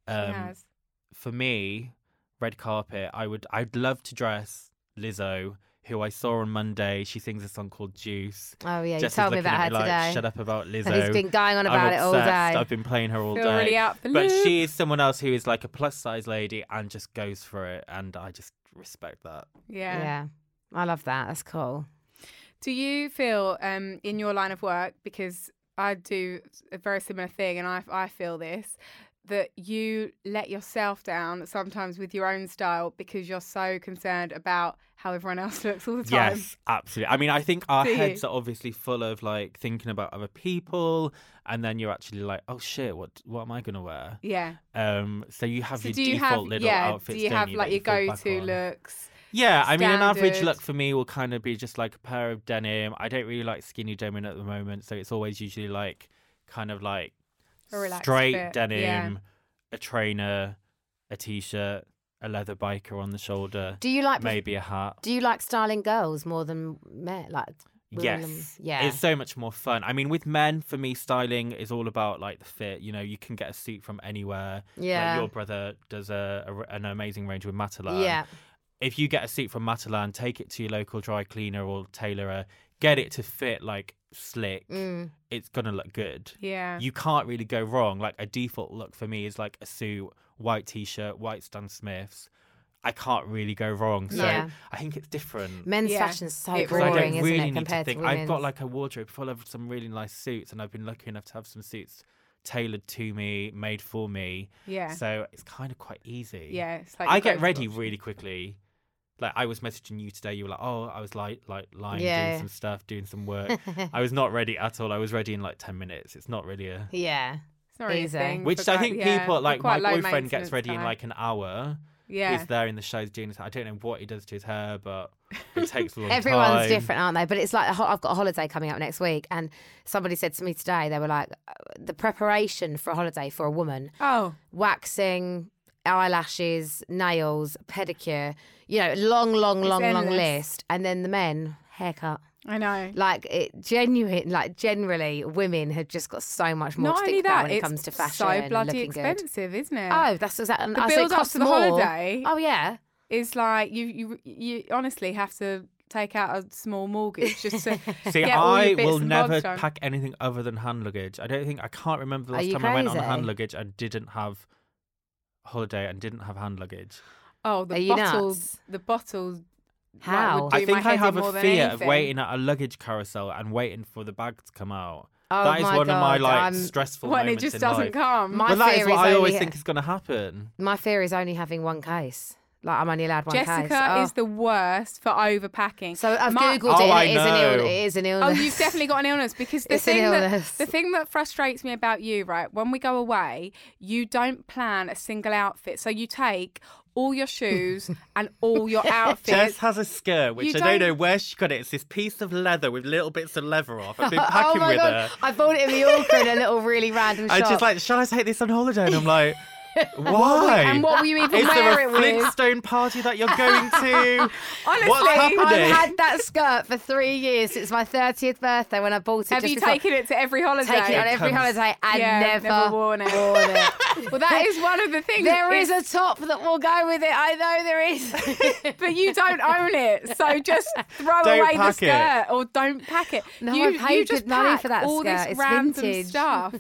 S2: She
S3: um,
S2: has.
S3: for me, red carpet, I would I'd love to dress Lizzo, who I saw on Monday. She sings a song called Juice.
S1: Oh yeah, you
S3: Jess is
S1: told me
S3: looking
S1: about
S3: at
S1: her
S3: like,
S1: today.
S3: Shut up about Lizzo.
S1: and he's been going on about
S3: I'm
S1: it all
S3: obsessed.
S1: day.
S3: I've been playing her all
S2: Feel
S3: day.
S2: really out for
S3: but
S2: loop.
S3: she is someone else who is like a plus size lady and just goes for it, and I just respect that.
S1: yeah.
S2: Yeah.
S1: I love that. That's cool.
S2: Do you feel um, in your line of work, because I do a very similar thing and I, I feel this, that you let yourself down sometimes with your own style because you're so concerned about how everyone else looks all the time?
S3: Yes, absolutely. I mean, I think our
S2: Do you?
S3: heads are obviously full of like thinking about other people, and then you're actually like, oh shit, what what am I gonna wear?
S2: Yeah.
S3: Um, so you have
S2: So
S3: your
S2: do you
S3: default
S2: have
S3: little
S2: yeah?
S3: outfits.
S2: do you
S3: don't
S2: have like
S3: that
S2: your
S3: you fall back
S2: go-to
S3: on?
S2: looks?
S3: Yeah, I mean, an average
S2: standard?
S3: look for me will kind of be just like a pair of denim. I don't really like skinny denim at the moment, so it's always usually like kind of like
S2: A relaxed
S3: straight
S2: fit, yeah.
S3: denim, a trainer, a t-shirt, a leather biker on the shoulder,
S1: Do you like
S3: maybe a hat.
S1: do you like styling girls more than men? Like women and-
S3: Yes.
S1: yeah.
S3: It's so much more fun. I mean, with men, for me, styling is all about like the fit. You know, you can get a suit from anywhere.
S1: Yeah.
S3: Like, your brother does a, a- an amazing range with Matalan.
S1: yeah.
S3: If you get a suit from Matalan, take it to your local dry cleaner or tailorer, get it to fit like slick.
S1: Mm.
S3: It's going to look good.
S2: Yeah.
S3: You can't really go wrong. Like a default look for me is like a suit, white t shirt, white Stan Smiths. I can't really go wrong. So
S1: Yeah.
S3: I think it's different.
S1: Men's
S2: Yeah.
S1: fashion's so
S2: It
S1: boring,
S2: really-
S3: Because I don't
S1: isn't
S3: really
S1: it,
S3: need to
S1: compared
S3: think.
S1: to women's?
S3: I've got like a wardrobe full of some really nice suits, and I've been lucky enough to have some suits tailored to me, made for me.
S2: yeah.
S3: So it's kind of quite easy.
S2: yeah. It's like
S3: I
S2: your
S3: get
S2: go-to
S3: ready
S2: look.
S3: really quickly. Like I was messaging you today, you were like, "Oh, I was like, like lying,
S1: Yeah.
S3: doing some stuff, doing some work." I was not ready at all. I was ready in like ten minutes. It's not really a
S1: yeah.
S2: It's not really a
S1: Easy.
S2: thing
S3: which
S2: for
S3: I
S2: guy-
S3: think
S2: yeah,
S3: people
S2: we're
S3: like my
S2: quite low
S3: boyfriend gets
S2: maintenance
S3: ready in
S2: guy.
S3: like an hour.
S2: yeah
S3: He's there in the show he's doing. his- I don't know what he does to his hair, but it takes a long
S1: Everyone's
S3: time.
S1: different, aren't they? But it's like a ho- I've got a holiday coming up next week, and somebody said to me today, they were like, uh, the preparation for a holiday for a woman,
S2: oh
S1: waxing, eyelashes, nails, pedicure, you know, long, long, long, long
S2: endless.
S1: list, and then the men haircut.
S2: I know
S1: Like it, genuine, like generally, women have just got so much more
S2: not
S1: to
S2: only
S1: think
S2: that
S1: about when it
S2: it's
S1: comes to fashion.
S2: so
S1: and
S2: bloody
S1: looking good.
S2: expensive isn't it
S1: Oh, that's exactly.
S2: the
S1: I
S2: build
S1: say
S2: up
S1: costs
S2: to the
S1: more.
S2: holiday
S1: Oh yeah,
S2: is like you you you honestly have to take out a small mortgage just to
S3: See,
S2: get all
S3: I
S2: your bits
S3: will
S2: and
S3: never
S2: bobs done.
S3: pack anything other than hand luggage. I don't think I can't remember the
S1: Are
S3: last
S1: you
S3: time I went on a hand
S1: crazy?
S3: luggage and didn't have holiday and didn't have hand luggage.
S2: oh the
S1: Are you
S2: bottles
S1: nuts?
S2: the bottles like, would
S1: How? I
S2: do my
S3: I think I
S2: head in
S3: have
S2: more
S3: a
S2: than
S3: fear of
S2: anything.
S3: waiting at a luggage carousel and waiting for the bag to come out.
S1: Oh
S3: that is
S1: my
S3: one of my
S1: God,
S3: like
S1: I'm-
S3: stressful
S2: when it
S3: moments
S2: just
S3: in
S2: doesn't
S3: life.
S2: come
S1: My
S3: But that
S1: fear
S3: is
S1: is
S3: what I
S1: only
S3: always
S1: ha-
S3: think is going to happen.
S1: my fear is only having one case. Like I'm only allowed one case.
S2: Jessica
S1: Oh.
S2: is the worst for overpacking
S1: So I've
S2: My-
S1: googled
S3: Oh,
S1: it.
S3: I
S1: And it, is an
S3: know.
S1: Ill- it is an
S2: Oh,
S1: illness.
S2: you've definitely got an illness because the
S1: It's an
S2: thing
S1: illness.
S2: that the thing that frustrates me about you, right? When we go away, you don't plan a single outfit, so you take all your shoes and all your
S3: Jess
S2: outfits.
S3: has a skirt, which
S2: You
S3: I don't
S2: don't-
S3: know where she got it. It's this piece of leather with little bits of leather off. I've been
S1: Oh
S3: packing
S1: my
S3: with
S1: god!
S3: her.
S1: I bought it in the Yorker in a little really random shop.
S3: I just like, shall I take this on holiday? And I'm like, Why?
S2: And what were you even
S3: Is there
S2: wearing
S3: a
S2: it with?
S3: Flintstone party that you're going to?
S1: Honestly,
S3: What's happening?
S1: I've had that skirt for three years since my 30th birthday when I bought it.
S2: Have
S1: just
S2: you
S1: before-
S2: taken it to every holiday?
S1: Taken it on every
S3: comes-
S1: holiday and
S2: yeah,
S1: never,
S2: worn it.
S1: worn it.
S2: well, that is one of the things.
S1: There
S2: It's-
S1: is a top that will go with it. I know there is.
S2: but you don't own it, so just throw
S3: Don't
S2: away the
S3: pack
S2: skirt
S3: it.
S2: or don't pack it.
S1: No,
S2: you,
S1: I paid
S2: you just
S1: good money
S2: pack
S1: for that
S2: all this
S1: skirt. It's
S2: random
S1: vintage.
S2: stuff,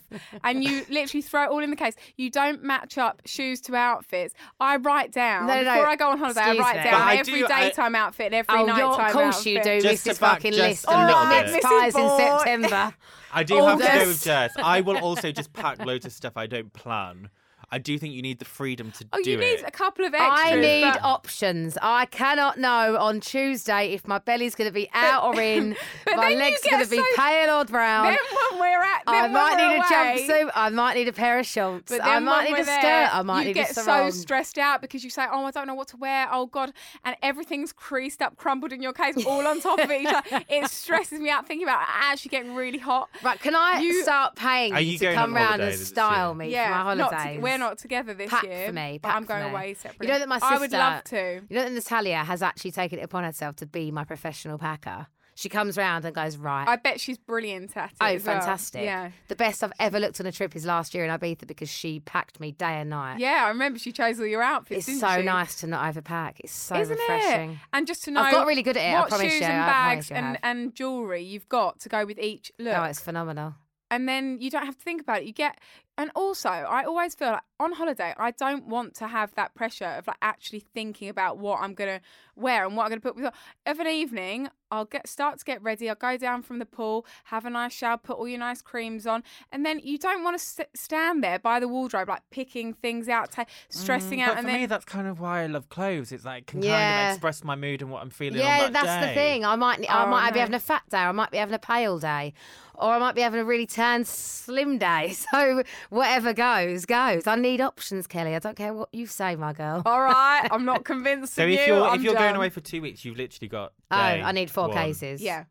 S2: and you literally throw it all in the case. You don't match up shoes to outfits. I write down
S1: No, no, no.
S2: before I go on holiday. I
S1: Excuse
S2: write
S1: me.
S2: down
S3: But I
S2: every
S3: do- I-
S2: daytime outfit and every
S1: oh,
S2: nighttime
S1: you're, of course you do.
S2: outfit.
S1: Miss
S3: Just
S1: this
S3: about-
S1: fucking
S3: just
S1: list.
S3: a
S1: All
S3: little
S1: right,
S3: bit.
S1: next
S2: Mrs.
S1: expires in
S2: Boyd.
S1: September.
S3: I do
S2: Oh,
S3: have to
S2: yes.
S3: go with Jess. I will also just pack loads of stuff I don't plan. I do think you need the freedom to
S2: Oh,
S3: do
S2: you need
S3: it.
S2: a couple of extras.
S1: I need
S2: but-
S1: options. I cannot know on Tuesday if my belly's going to be out or in,
S2: but
S1: my
S2: then you
S1: leg's
S2: get
S1: going to be
S2: so-
S1: pale or brown.
S2: Then when we're at, then
S1: I
S2: when
S1: might
S2: we're
S1: need
S2: away,
S1: a jumpsuit. I might need a pair of shorts.
S2: But then
S1: I might
S2: when
S1: need
S2: we're
S1: a skirt.
S2: there,
S1: I might
S2: you
S1: need
S2: get
S1: a
S2: so
S1: sarong.
S2: stressed out because you say, "Oh, I don't know what to wear. Oh God!" And everything's creased up, crumpled in your case, all on top of each other. It stresses me out thinking about it. I'm actually getting really hot.
S1: Right, can I
S2: You-
S1: start paying
S3: Are
S1: you
S3: you
S1: to
S3: going
S1: come
S3: on
S1: round
S3: holiday
S1: and
S3: this
S1: style
S3: year?
S1: me for my
S2: not to-
S1: holidays?
S2: we're not together this
S1: Pack
S2: year,
S1: for me,
S2: but
S1: pack
S2: I'm
S1: for
S2: going
S1: me.
S2: away
S1: You
S2: separately.
S1: know that my
S2: I would
S1: sister-
S2: love to.
S1: You know that Natalia has actually taken it upon herself to be my professional packer. She comes round and goes, right.
S2: I bet she's brilliant at it.
S1: Oh,
S2: as well.
S1: fantastic.
S2: Yeah.
S1: The best I've ever looked on a trip is last year in Ibiza because she packed me day and night.
S2: Yeah, I remember she chose all your outfits.
S1: It's
S2: didn't
S1: so
S2: she?
S1: nice to not overpack. It's so
S2: Isn't
S1: refreshing.
S2: it? And just to know,
S1: I've got really good at it, I
S2: What
S1: promise
S2: shoes
S1: you,
S2: and
S1: I promise
S2: bags
S1: you I
S2: and,
S1: have.
S2: and jewelry you've got to go with each look.
S1: Oh, it's phenomenal.
S2: and then you don't have to think about it. You get, and also I always feel like on holiday I don't want to have that pressure of like actually thinking about what I'm gonna wear and what I'm gonna put. with- Of an evening, I'll get start to get ready. I'll go down from the pool, have a nice shower, put all your nice creams on, and then you don't want to sit, stand there by the wardrobe like picking things out, ta- stressing out,
S3: Mm, But
S2: and
S3: for me,
S2: then
S3: that's kind of why I love clothes. It's like can kind
S1: Yeah.
S3: of express my mood and what I'm feeling.
S1: yeah,
S3: on that
S1: that's the
S3: day.
S1: thing. I might, I
S2: Oh,
S1: might
S2: no.
S1: be having a fat day. I might be having a pale day, or I might be having a really tanned, slim day. So whatever goes, goes. I need options, Kelly. I don't care what you say, my girl.
S2: all right, I'm not convinced.
S3: So
S2: of
S3: if
S2: you,
S3: you're
S2: I'm
S3: if you're going
S2: done.
S3: away for two weeks, you've literally got.
S1: Oh,
S3: day
S1: I need four
S3: one.
S1: cases.
S2: yeah,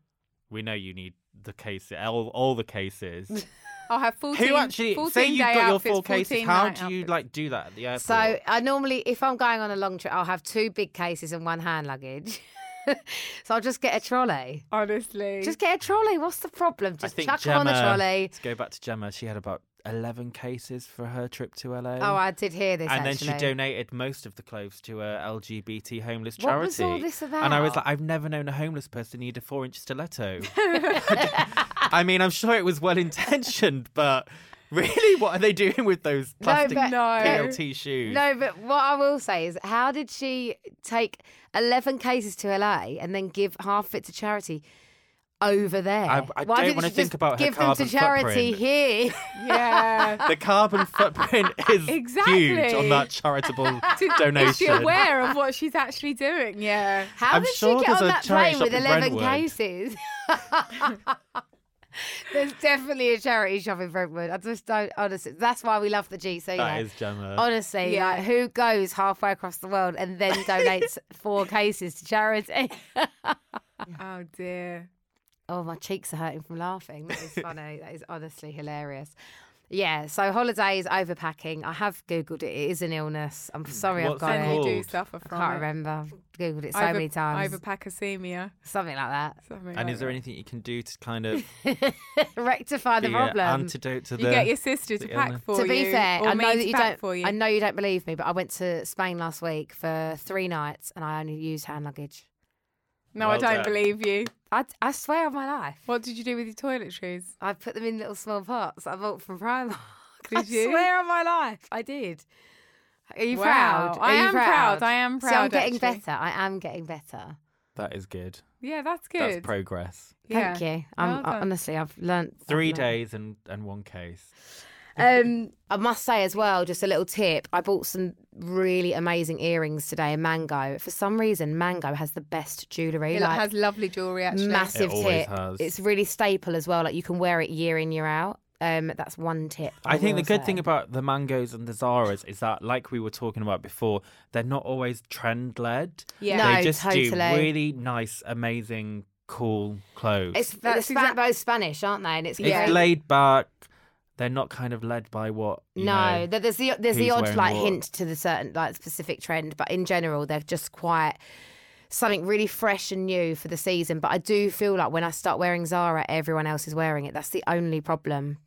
S3: We know you need the cases, all, all the cases.
S2: I'll have 14.
S3: Who actually?
S2: 14
S3: Say you've
S2: day
S3: got your
S2: outfits,
S3: four cases.
S2: 14
S3: How
S2: night
S3: do you
S2: outfits.
S3: like do that at the airport?
S1: So I normally, if I'm going on a long trip, I'll have two big cases and one hand luggage. so I'll just get a trolley.
S2: Honestly,
S1: Just get a trolley. What's the problem?
S3: I
S1: Just
S3: think
S1: chuck 'em
S3: Gemma.
S1: on the trolley.
S3: Let's go back to Gemma. She had about eleven cases for her trip to LA.
S1: Oh, I did hear this.
S3: and
S1: actually.
S3: then she donated most of the clothes to a LGBT homeless
S1: What
S3: charity.
S1: was all this
S3: And I was
S1: about?
S3: like, I've never known a homeless person need a four-inch stiletto. I mean, I'm sure it was well-intentioned, but really, what are they doing with those plastic
S1: but-
S2: No.
S3: TLT shoes?
S1: No, but what I will say is, how did she take 11 cases to LA and then give half of it to charity over there?
S3: I- I
S1: Why
S3: don't
S1: didn't
S3: wanna
S1: she
S3: think
S1: just
S3: about her
S1: give them to
S3: carbon
S1: charity
S3: footprint.
S1: here?
S2: yeah.
S3: The carbon footprint is huge
S2: Exactly.
S3: on that charitable
S2: to- Is she
S3: donation.
S2: aware of what she's actually doing? Yeah.
S1: How
S3: I'm
S1: did
S3: sure
S1: she get
S3: there's
S1: on
S3: a
S1: that plane
S3: charity shop
S1: with
S3: in
S1: 11
S3: Brentwood.
S1: cases? There's definitely a charity shop in Brentwood. I just don't, honestly. That's why we love the G. So, yeah.
S3: That is uh, Gemma.
S1: Honestly,
S2: Yeah.
S1: like, who goes halfway across the world and then donates four cases to charity?
S2: Oh dear.
S1: Oh, my cheeks are hurting from laughing. That is funny. that is honestly hilarious. Yeah, so holidays, overpacking. I have Googled it. It is an illness.
S2: Hmm.
S1: I'm sorry
S3: What's
S1: I've
S3: it
S1: got
S2: And
S1: it.
S3: called?
S2: you do
S3: Old.
S2: suffer
S1: I
S2: from
S1: can't
S2: it.
S1: remember. I've Googled it so
S2: Over-
S1: many times.
S2: Overpacosemia.
S1: Something like
S2: Something
S3: and
S2: like
S3: is there
S2: that.
S3: anything you can do to kind of
S1: that. Rectify the
S3: be an
S1: problem.
S3: antidote to the?
S2: You get your sister to
S3: the
S2: pack
S3: illness.
S2: for
S1: to
S2: you.
S1: be fair,
S2: or
S1: I
S2: me
S1: know
S2: to
S1: that you
S2: pack
S1: don't.
S2: For you.
S1: I know you don't believe me, but I went to Spain last week for three nights, and I only used hand luggage.
S2: no, I
S3: Well
S2: don't
S3: done.
S2: believe you.
S1: I, I swear on my life,
S2: What did you do with your toiletries?
S1: I put them in little small pots I bought from Primark. I
S2: Did you?
S1: swear on my life, I did. Are you
S2: Wow.
S1: proud? Are
S2: I
S1: you
S2: am proud. I am
S1: See, I'm
S2: proud,
S1: getting
S2: actually.
S1: better. I am getting better.
S3: that is good.
S2: Yeah, that's good.
S3: That's progress.
S2: yeah.
S1: Thank you. I'm,
S2: Well
S1: I-
S2: done.
S1: honestly, I've learnt I've
S3: Three
S1: learnt.
S3: days and and one case.
S1: Um, I must say as well, just a little tip. I bought some really amazing earrings today in Mango. For some reason, Mango has the best jewellery.
S2: It
S1: like
S2: has lovely jewelry actually.
S1: massive
S3: It always
S1: tip.
S3: has.
S1: It's really staple as well. Like you can wear it year in year out. Um, that's one tip. I,
S3: I think the
S1: will
S3: good
S1: say.
S3: thing about the mangoes and the Zara's is that, like we were talking about before, they're not always trend led.
S2: Yeah.
S1: No,
S3: they just do
S1: totally.
S3: really nice, amazing, cool clothes.
S1: it's
S2: That's
S1: that's Span-
S2: exact-
S1: both Spanish, aren't they? And it's
S2: Yeah.
S1: yeah.
S3: It's laid back. they're not kind of led by what you
S1: No,
S3: know,
S1: that there's the there's the
S3: who's
S1: odd
S3: wearing
S1: like
S3: what.
S1: hint to the certain like specific trend, but in general they're just quite something really fresh and new for the season. But I do feel like when I start wearing Zara, everyone else is wearing it. That's the only problem.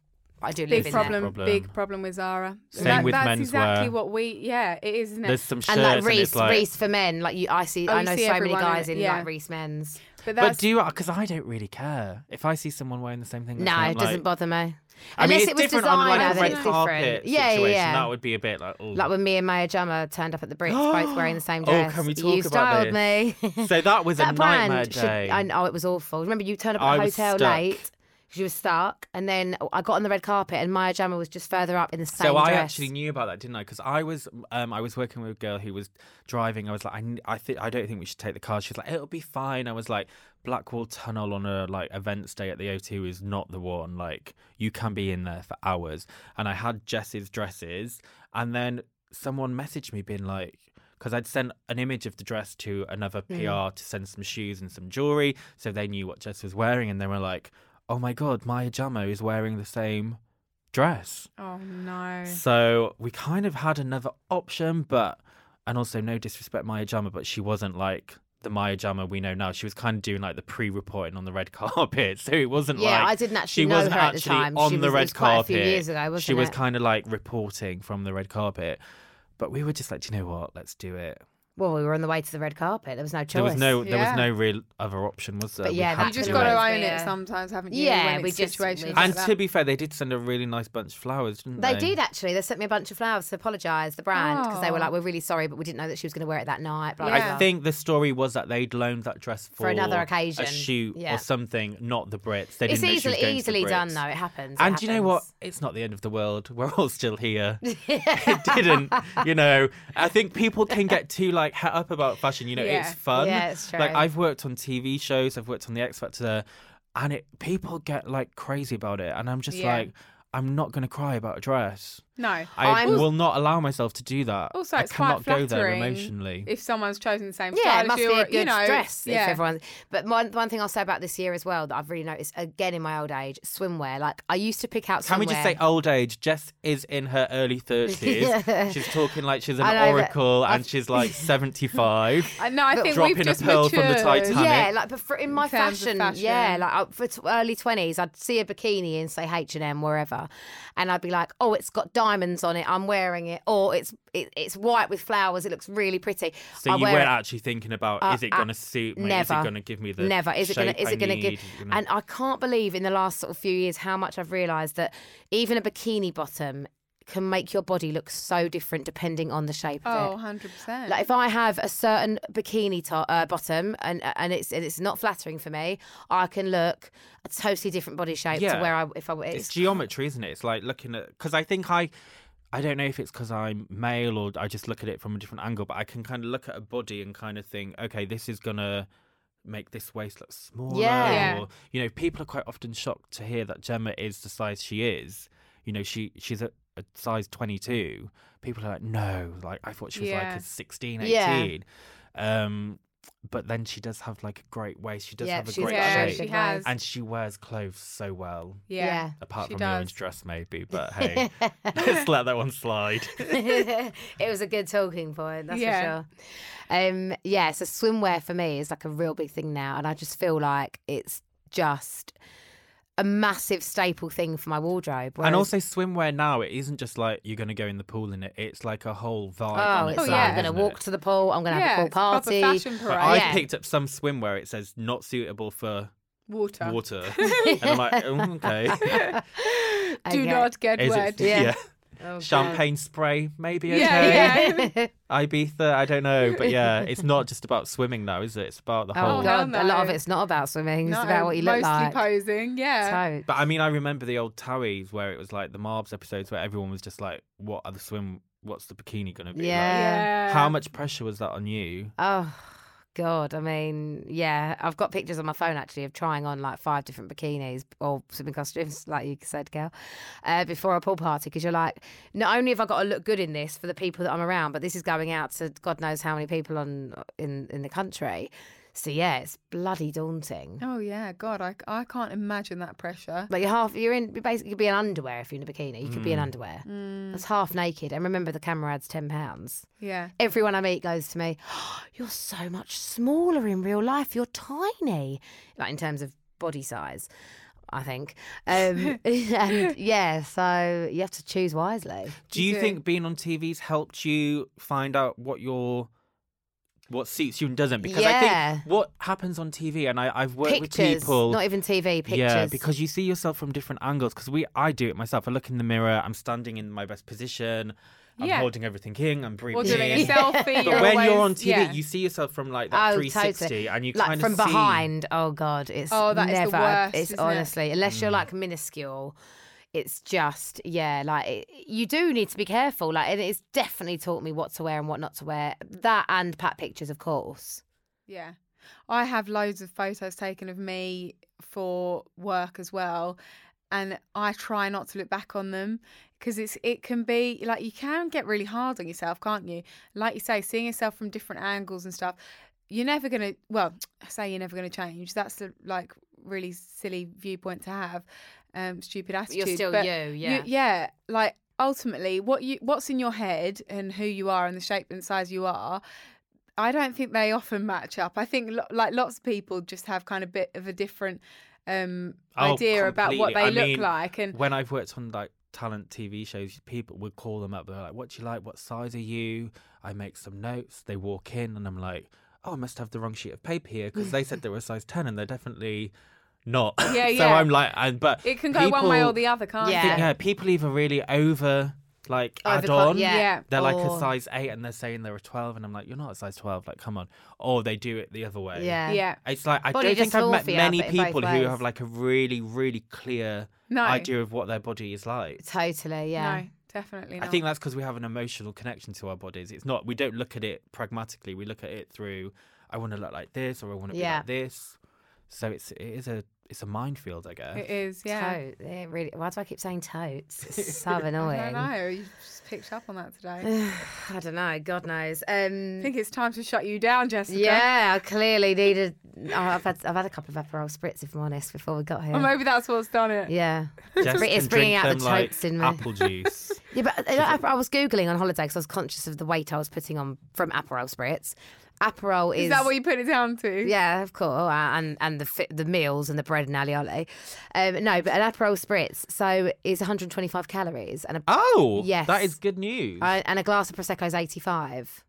S1: I do live
S2: Big
S1: in
S2: problem,
S1: There.
S2: big problem with Zara.
S3: Same with
S2: that's
S3: menswear.
S2: exactly what we. Yeah, it is, isn't it?
S3: there's some shirts
S1: And like
S3: and
S1: Reese,
S3: it's like,
S1: Reese for men. Like you, I see,
S2: Oh,
S1: I
S2: you
S1: know
S2: see
S1: so many
S2: everyone in
S1: guys
S2: it,
S1: in
S2: yeah.
S1: like Reese men's.
S2: but
S3: But
S2: that's
S3: do you? Because I don't really care if I see someone wearing the same thing. that's
S1: No,
S3: not,
S1: it doesn't
S3: like-
S1: bother me.
S3: I mean,
S1: Unless
S3: it's
S1: it was
S3: different on like
S1: designer,
S3: a
S1: then
S3: red
S1: it's
S3: carpet
S1: different. Yeah, yeah,
S3: situation.
S1: yeah.
S3: That would be a bit like, oh.
S1: Like when me and Maya Jama turned up at the Brits, both wearing the same
S3: Oh,
S1: dress.
S3: can we
S1: you
S3: talk about
S1: styled me.
S3: so that was a
S1: that
S3: nightmare
S1: brand should,
S3: day.
S1: I know it was awful. Remember, you turned up
S3: I
S1: at the
S3: was
S1: hotel
S3: stuck.
S1: late because you were stuck, and then I got on the red carpet, and Maya Jama was just further up in the same
S3: so
S1: dress.
S3: I actually knew about that, didn't I? Because I was, um, I was working with a girl who was driving. I was like, I, n- I, thi- I don't think we should take the car. She's like, it'll be fine. I was like, Blackwall Tunnel on a like events day at the O2 is not the one. Like, you can be in there for hours. And I had Jess's dresses, and then someone messaged me being like. Because I'd sent an image of the dress to another
S1: Mm.
S3: PR to send some shoes and some jewelry, so they knew what Jess was wearing, and they were like, "Oh my god, Maya Jamo is wearing the same dress."
S2: oh no.
S3: So we kind of had another option, but and also no disrespect Maya Jama, but she wasn't like the Maya Jama we know now. She was kind of doing like the pre-reporting on the red carpet, so it wasn't
S1: Yeah,
S3: like
S1: I didn't actually
S3: she
S1: know
S3: wasn't
S1: her at the
S3: actually
S1: time.
S3: on
S1: She
S3: the
S1: was- it
S3: red
S1: was quite a
S3: carpet.
S1: few years ago, wasn't
S3: she was
S1: it?
S3: kind of like reporting from the red carpet, but we were just like, do you know what? Let's do it.
S1: Well, we were on the way to the red carpet. There was no choice.
S3: There was no there
S2: Yeah.
S3: was no real other option, was there?
S1: But
S3: We
S1: yeah,
S3: had
S1: that
S2: You just
S3: do
S1: could
S2: got to
S1: have
S3: it.
S1: always
S2: own
S1: be
S2: it
S1: a-
S2: sometimes, haven't you?
S1: Yeah,
S2: when
S1: we
S2: it's
S1: just-
S2: situations
S1: we
S2: like
S3: And
S2: that.
S3: to be fair, they did send a really nice bunch of flowers, didn't they?
S1: They did actually. They sent me a bunch of flowers to apologise the brand because they were
S2: Oh.
S1: like, "We're really sorry, but we didn't know that she was going to wear it that night." Blah, blah,
S2: Yeah.
S3: Ah. I
S1: blah.
S3: think the story was that they'd loaned that dress for,
S1: For another occasion.
S3: a shoot
S1: Yeah.
S3: or something, not the Brits. They
S1: it's
S3: didn't know she
S1: easily
S3: was going to the
S1: easily done
S3: Brits.
S1: though. It happens. It
S3: And do you know what?
S1: happens.
S3: It's not the end of the world. We're all still here. it didn't, you know. I think people can get too like hat up about fashion. You know,
S2: Yeah.
S3: it's fun.
S1: Yeah, it's
S3: Like
S1: true.
S3: I've worked on TV shows. I've worked on the X Factor, and it people get like crazy about it. And I'm just
S2: Yeah.
S3: like, I'm not going to cry about a dress.
S2: no.
S3: I
S1: Oh, I'm-
S3: will not allow myself to do that.
S2: Also, it's
S3: I
S2: quite
S3: cannot
S2: flattering
S3: go there emotionally.
S2: if someone's chosen the same
S1: Yeah,
S2: style.
S1: it must
S2: if
S1: be
S2: you're,
S1: a good
S2: you know,
S1: dress
S2: Yeah.
S1: if everyone. But one, one thing I'll say about this year as well that I've really noticed again in my old age, swimwear. Like I used to pick out.
S3: Can we just
S1: swimwear.
S3: say old age? Jess is in her early 30s. She's talking like she's an
S1: I know, but
S3: oracle and she's like 75.
S2: I- no, I think we've
S3: dropping a
S2: just
S3: pearl from the
S2: matured.
S3: Titanic.
S1: Yeah, like but for, in my
S2: terms of
S1: fashion,
S2: fashion.
S1: yeah, like I- for t- early twenties, I'd see a bikini in say H and M wherever, and I'd be like, oh, it's got diamonds on it, I'm wearing it, or it's it, it's white with flowers, it looks really pretty.
S3: So
S1: I
S3: you
S1: wear
S3: weren't
S1: it.
S3: actually thinking about is it
S1: uh,
S3: going to suit me? Is
S1: never.
S3: it going to give me the
S1: Never is it gonna
S3: going
S1: is it gonna give? And I can't believe in the last sort of few years how much I've realised that even a bikini bottom can make your body look so different depending on the shape of it.
S2: Oh, 100%.
S1: Like if I have a certain bikini top uh, bottom and and it's and it's not flattering for me, I can look a totally different body shape to
S3: Yeah.
S1: where I if I it's,
S3: it's geometry, isn't it? It's like looking at because I think I. I don't know if it's because I'm male or I just look at it from a different angle, but I can kind of look at a body and kind of think, okay, this is gonna make this waist look smaller.
S1: Yeah.
S3: Or, you know, people are quite often shocked to hear that Gemma is the size she is. You know, she she's a, a size 22. People are like, no, like I thought she was
S2: Yeah.
S3: like a 16, 18.
S1: Yeah.
S3: Um, but then she does have like a great waist. She does
S1: yeah,
S3: have a
S1: she's
S3: great
S1: got a
S2: Yeah,
S1: very
S3: shape,
S2: she
S1: good
S2: has.
S1: waist.
S3: and she wears clothes so well
S2: yeah.
S1: Yeah.
S3: apart
S2: She
S3: from the
S2: does.
S3: orange dress maybe but hey let's let that one slide
S1: it was a good talking point, that's
S2: Yeah.
S1: for sure. Um, yeah, so swimwear for me is like a real big thing now, and I just feel like it's just a massive staple thing for my wardrobe.
S3: and
S1: whereas-
S3: also swimwear now it isn't just like you're going to go in the pool in it it's like a whole vibe
S1: oh,
S3: on
S1: it's
S3: its
S1: like,
S2: yeah.
S1: I'm
S3: own,
S1: gonna
S3: isn't
S1: walk
S3: it?
S1: to the pool. I'm gonna
S2: yeah,
S1: have a pool
S2: it's
S1: party.
S2: proper fashion
S3: but
S2: parade.
S3: I
S1: Yeah.
S3: picked up some swimwear. It says not suitable for
S2: Water.
S3: water, and I'm like, oh, okay.
S2: Do
S1: Okay.
S2: not get
S3: Is
S2: wet.
S3: it?
S1: Yeah.
S3: Yeah.
S1: Oh, God.
S3: Champagne spray, maybe. Okay.
S2: Yeah, yeah.
S3: Ibiza, I don't know, but yeah, it's not just about swimming though, is it? It's about the
S1: Oh,
S3: whole.
S2: hell
S1: God. A lot of
S2: no.
S1: it's not about swimming. It's
S2: No,
S1: about what you look
S2: mostly
S1: like.
S2: posing. Yeah.
S1: So-
S3: But I mean, I remember the old Towies where it was like the Marbs episodes where everyone was just like, "What are the swim? What's the bikini gonna be?"
S1: Yeah.
S2: Yeah.
S3: Like, how much pressure was that on you?
S1: Oh God, I mean, yeah, I've got pictures on my phone actually of trying on like five different bikinis or swimming costumes, like you said, Gal, uh, before a pool party because you're like, not only have I got to look good in this for the people that I'm around, but this is going out to God knows how many people on in in the country. So yeah, it's bloody daunting.
S2: Oh yeah, God, I, I can't imagine that pressure.
S1: But you're half. You're in. You're basically, you'd be in underwear if you're in a bikini. You could be in underwear. That's half naked. And remember, the camera adds ten pounds.
S2: Mm, Yeah.
S1: Everyone I meet goes to me, "Oh, "You're so much smaller in real life. You're tiny, like in terms of body size." I think. Um, and yeah, so you have to choose wisely.
S3: Do you
S2: do.
S3: think being on TV's helped you find out what your what suits you and doesn't? Because I
S1: Yeah.
S3: think what happens on TV, and I, I've worked with
S1: pictures,
S3: people.
S1: not even TV pictures.
S3: Yeah, because you see yourself from different angles. Because we, I do it myself. I look in the mirror. I'm standing in my best position. I'm
S2: Yeah.
S3: holding everything in. I'm breathing.
S2: Or doing a
S3: in.
S2: selfie.
S3: But when you're on
S2: always-
S3: TV,
S2: yeah.
S3: you see yourself from like that
S1: Oh,
S3: 360,
S1: totally.
S3: and you
S1: like
S3: kind
S1: from
S3: of see-
S1: behind. Oh god, it's
S2: Oh, that is the
S1: never.
S2: worst,
S1: it's
S2: isn't it?
S1: honestly, unless
S3: Mm.
S1: you're like minuscule, it's just yeah. Like it, you do need to be careful. Like and it's definitely taught me what to wear and what not to wear. That and pat pictures, of course.
S2: Yeah. I have loads of photos taken of me for work as well. And I try not to look back on them because it's it can be like you can get really hard on yourself, can't you? Like you say, seeing yourself from different angles and stuff. You're never gonna well, I say you're never gonna change. That's a, like really silly viewpoint to have, um, stupid attitude.
S1: You're still
S2: but
S1: you, yeah.
S2: yeah, like ultimately, what you what's in your head and who you are and the shape and size you are I don't think they often match up. I think lo- like lots of people just have kind of bit of a different um,
S3: Oh,
S2: idea about what they
S3: completely. I
S2: look
S3: mean,
S2: like, and
S3: When I've worked on like talent TV shows, people would call them up. They're like, "What do you like? What size are you?" I make some notes. They walk in, and I'm like, "Oh, I must have the wrong sheet of paper here because they said they were size ten, and they're definitely not."
S2: Yeah,
S3: so
S2: yeah.
S3: I'm like, and but
S2: it can go one way or
S3: people-
S2: the other, can't
S1: Yeah.
S2: it?
S3: think, yeah, people either really over like add
S1: Overcon-
S3: on.
S1: yeah.
S2: Yeah.
S3: They're like a
S1: or-
S3: size eight and they're saying they're a twelve, and I'm like, you're not a size twelve. Like, come on. Or they do it the other way.
S1: Yeah.
S2: Yeah.
S3: It's like I
S1: Body
S3: don't think I've met
S1: dysmorphia,
S3: many
S1: but in both
S3: people who
S1: ways.
S3: have like a really, really clear
S2: No.
S3: idea of what their body is like.
S1: Totally, yeah.
S2: No, definitely
S3: I
S2: not.
S3: think that's because we have an emotional connection to our bodies. It's not we don't look at it pragmatically. We look at it through I want to look like this or I want to
S1: Yeah.
S3: be like this. So it's it is a it's a minefield, I guess.
S2: it is. Yeah.
S1: Tote, it really. Why do I keep saying totes? It's so
S2: I
S1: annoying.
S2: don't know. You just picked up on that today.
S1: I don't know. God knows.
S2: I
S1: Um,
S2: think it's time to shut you down, Jessica.
S1: yeah, I clearly needed. oh, I've had I've had a couple of Aperol spritz, if I'm honest, before we got here.
S2: Or maybe that's what's done it.
S1: yeah.
S3: Jess
S1: br- it's bringing
S3: can drink
S1: out the
S3: them like
S1: totes in me.
S3: apple juice.
S1: Yeah, but uh, I, I was googling on holiday because I was conscious of the weight I was putting on from Aperol spritz. Aperol is,
S2: Is that what you put it down to?
S1: yeah, of course, uh, and and the fi- the meals and the bread and alioli. Um, no, but an Aperol spritz so is 125 calories, and a,
S3: Oh,
S1: Yes.
S3: that is good news.
S1: uh, and a glass of prosecco is 85.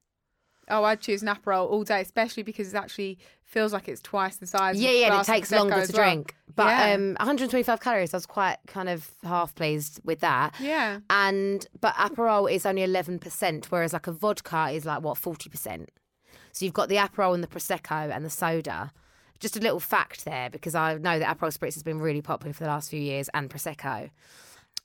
S2: Oh, I'd choose an Aperol all day, especially because it actually feels like it's twice the size. of
S1: Yeah,
S2: a
S1: yeah, and it
S2: glass of
S1: takes
S2: Prosecco
S1: longer
S2: as
S1: to
S2: well.
S1: drink, but
S2: Yeah.
S1: um, 125 calories. I was quite kind of half pleased with that.
S2: Yeah.
S1: and but Aperol is only eleven percent, whereas like a vodka is like what forty percent. So you've got the Aperol and the Prosecco and the soda. Just a little fact there because I know that Aperol spritz has been really popular for the last few years, and Prosecco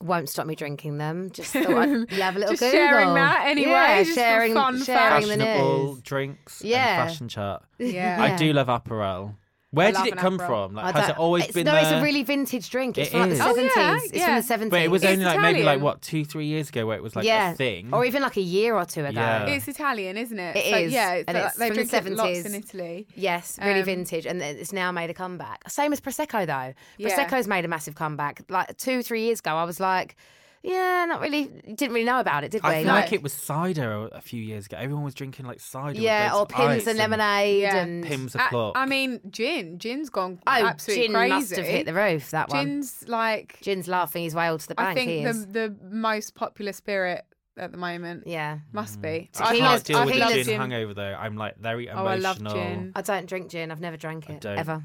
S1: won't stop me drinking them. Just thought I'd have a little
S2: Just
S1: Google.
S2: sharing that anyway,
S1: Yeah,
S2: just for
S1: sharing,
S2: fun
S1: sharing the
S3: Fashionable
S1: news.
S3: drinks
S1: Yeah.
S3: and fashion chart.
S2: Yeah.
S1: Yeah.
S3: I do love Aperol. Where
S2: love
S3: did it
S2: an
S3: come
S2: Aperol.
S3: from?
S1: I
S3: Like, has
S1: don't-
S3: it always
S1: it's,
S3: been
S1: No,
S3: there?
S1: it's a really vintage drink. It's
S3: It
S1: from
S3: is.
S1: like
S3: Oh,
S1: the
S2: yeah,
S1: 70s. It's from
S2: yeah.
S1: the 70s.
S3: but it was
S2: It's
S3: only like maybe like
S2: Italian.
S3: what two, three years ago where it was like
S1: yeah.
S3: a thing.
S1: Or even like a year or two ago.
S3: Yeah.
S2: It's Italian, isn't it?
S1: It
S2: so,
S1: is,
S2: Yeah, it's,
S1: and
S2: like-
S1: it's
S2: they
S1: from the
S2: drink it lots
S1: 70s.
S2: in Italy.
S1: Yes, really
S2: Um,
S1: vintage, and it- it's now made a comeback. Same as Prosecco though.
S2: Yeah.
S1: Prosecco's made a massive comeback. Like two, three years ago, I was like, yeah, not really, didn't really know about it, did we?
S3: I feel
S2: No.
S3: like it was cider a- a few years ago. Everyone was drinking like cider.
S1: yeah, or
S3: with loads of
S1: pims
S3: ice
S1: and lemonade
S2: Yeah.
S1: and
S3: Pims
S2: I-
S3: o'clock.
S2: I, mean, gin. Gin's gone
S1: oh,
S2: absolutely
S1: gin
S2: crazy.
S1: must have hit the roof. That one.
S2: Gin's like,
S1: Gin's laughing his way all to the bank.
S2: I
S1: he
S2: think the,
S1: is.
S2: the most popular spirit at the moment.
S1: Yeah,
S2: Must be.
S3: Mm. I
S1: Tequila's-
S3: can't
S1: Tequila's-
S3: deal with
S1: tequila's
S3: a gin
S2: gin.
S3: hangover though. I'm like very
S2: Oh,
S3: emotional.
S2: I love gin.
S1: I don't drink gin. I've never drank it
S3: don't.
S1: ever.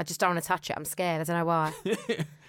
S1: I just don't want to touch it. I'm scared. I don't know why.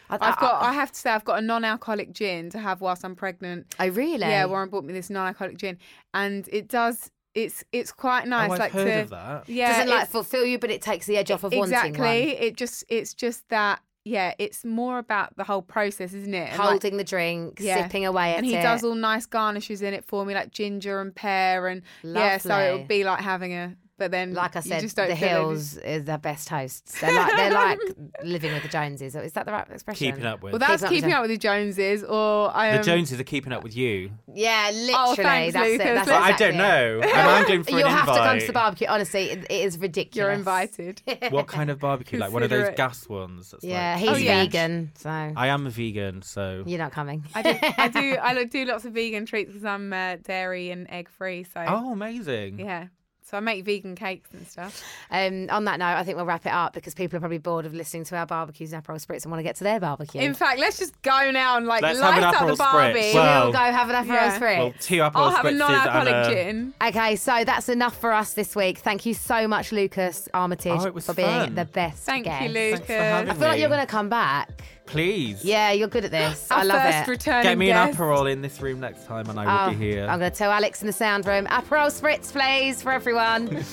S1: I,
S2: I've got. I have to say, I've got a non-alcoholic gin to have whilst I'm pregnant.
S1: I, oh really?
S2: Yeah, Warren bought me this non-alcoholic gin, and it does. It's it's quite nice.
S3: Oh, I've
S2: like
S3: heard
S2: to,
S3: of that.
S2: Yeah,
S1: Doesn't
S2: it's-
S1: like fulfill you, but it takes the edge off of
S2: exactly.
S1: wanting one.
S2: It just it's just that yeah, it's more about the whole process, isn't it? And like-
S1: Holding the drink,
S2: Yeah.
S1: sipping away at
S2: and
S1: it.
S2: he does all nice garnishes in it for me, like ginger and pear, and yeah, so it
S1: Lovely.
S2: would be like having a But then,
S1: Like I
S2: you
S1: said,
S2: just don't
S1: the
S2: feel any-
S1: Hills is their best hosts. They're like they're like living with the Joneses. Is that the right expression?
S3: Keeping up with.
S2: Well, that's
S1: Keeping Up with
S2: keeping
S1: the-
S2: up with the Joneses, or um,
S3: the Joneses are keeping up with you.
S1: Yeah, literally.
S2: Oh, thanks,
S1: that's
S2: Lucas.
S1: it. That's
S2: But
S3: I
S1: exactly
S3: don't
S1: it.
S3: know. And I'm going for
S1: You'll
S3: an
S1: have to come to
S3: invite.
S1: the barbecue. Honestly, it, it is ridiculous.
S2: you're invited.
S3: What kind of barbecue? Like one of
S2: Consider
S3: those
S2: it.
S3: gas ones. That's
S1: Yeah,
S3: like,
S1: he's
S2: Oh, yeah.
S1: vegan, so
S3: I am a vegan, so
S1: you're not coming.
S2: I do, I do, I lo- do lots of vegan treats because I'm uh, dairy and egg free. So
S3: oh, amazing.
S2: yeah, so I make vegan cakes and stuff.
S1: Um, on that note, I think we'll wrap it up because people are probably bored of listening to our barbecues and Aperol Spritz and want to get to their barbecue.
S2: In fact, let's just go now and like
S3: Let's have
S2: light
S3: an
S2: up the
S3: Aperol spritz.
S2: barbie.
S3: Well-
S1: we'll go have an Aperol
S2: Yeah.
S1: Spritz.
S3: Well, two apple
S2: I'll have a
S3: spritzes
S2: non-alcoholic
S3: and uh, a-
S2: gin.
S1: Okay, so that's enough for us this week. Thank you so much, Lucas Armitage,
S3: Oh, it was
S1: for being
S3: fun.
S1: the best
S2: Thank
S1: guest.
S2: you,
S3: Thanks for having
S2: Lucas.
S1: I feel like
S3: me.
S1: you're going to come back.
S3: Please.
S1: Yeah, you're good at this.
S2: Our
S1: I love
S2: first
S1: it.
S2: returning
S3: Get me an
S2: guest.
S3: Aperol in this room next time and I
S1: Oh,
S3: will be here.
S1: I'm going to tell Alex in the sound room, Aperol Spritz, please, for everyone.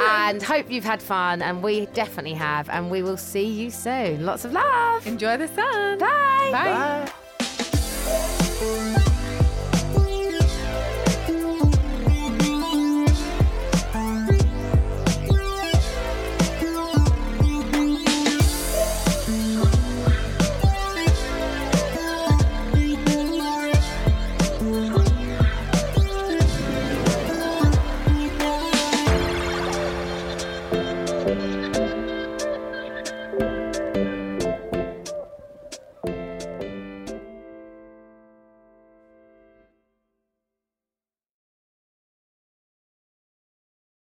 S1: and hope you've had fun, and we definitely have. And we will see you soon. Lots of love.
S2: Enjoy the sun.
S1: Bye.
S2: Bye.
S3: Bye.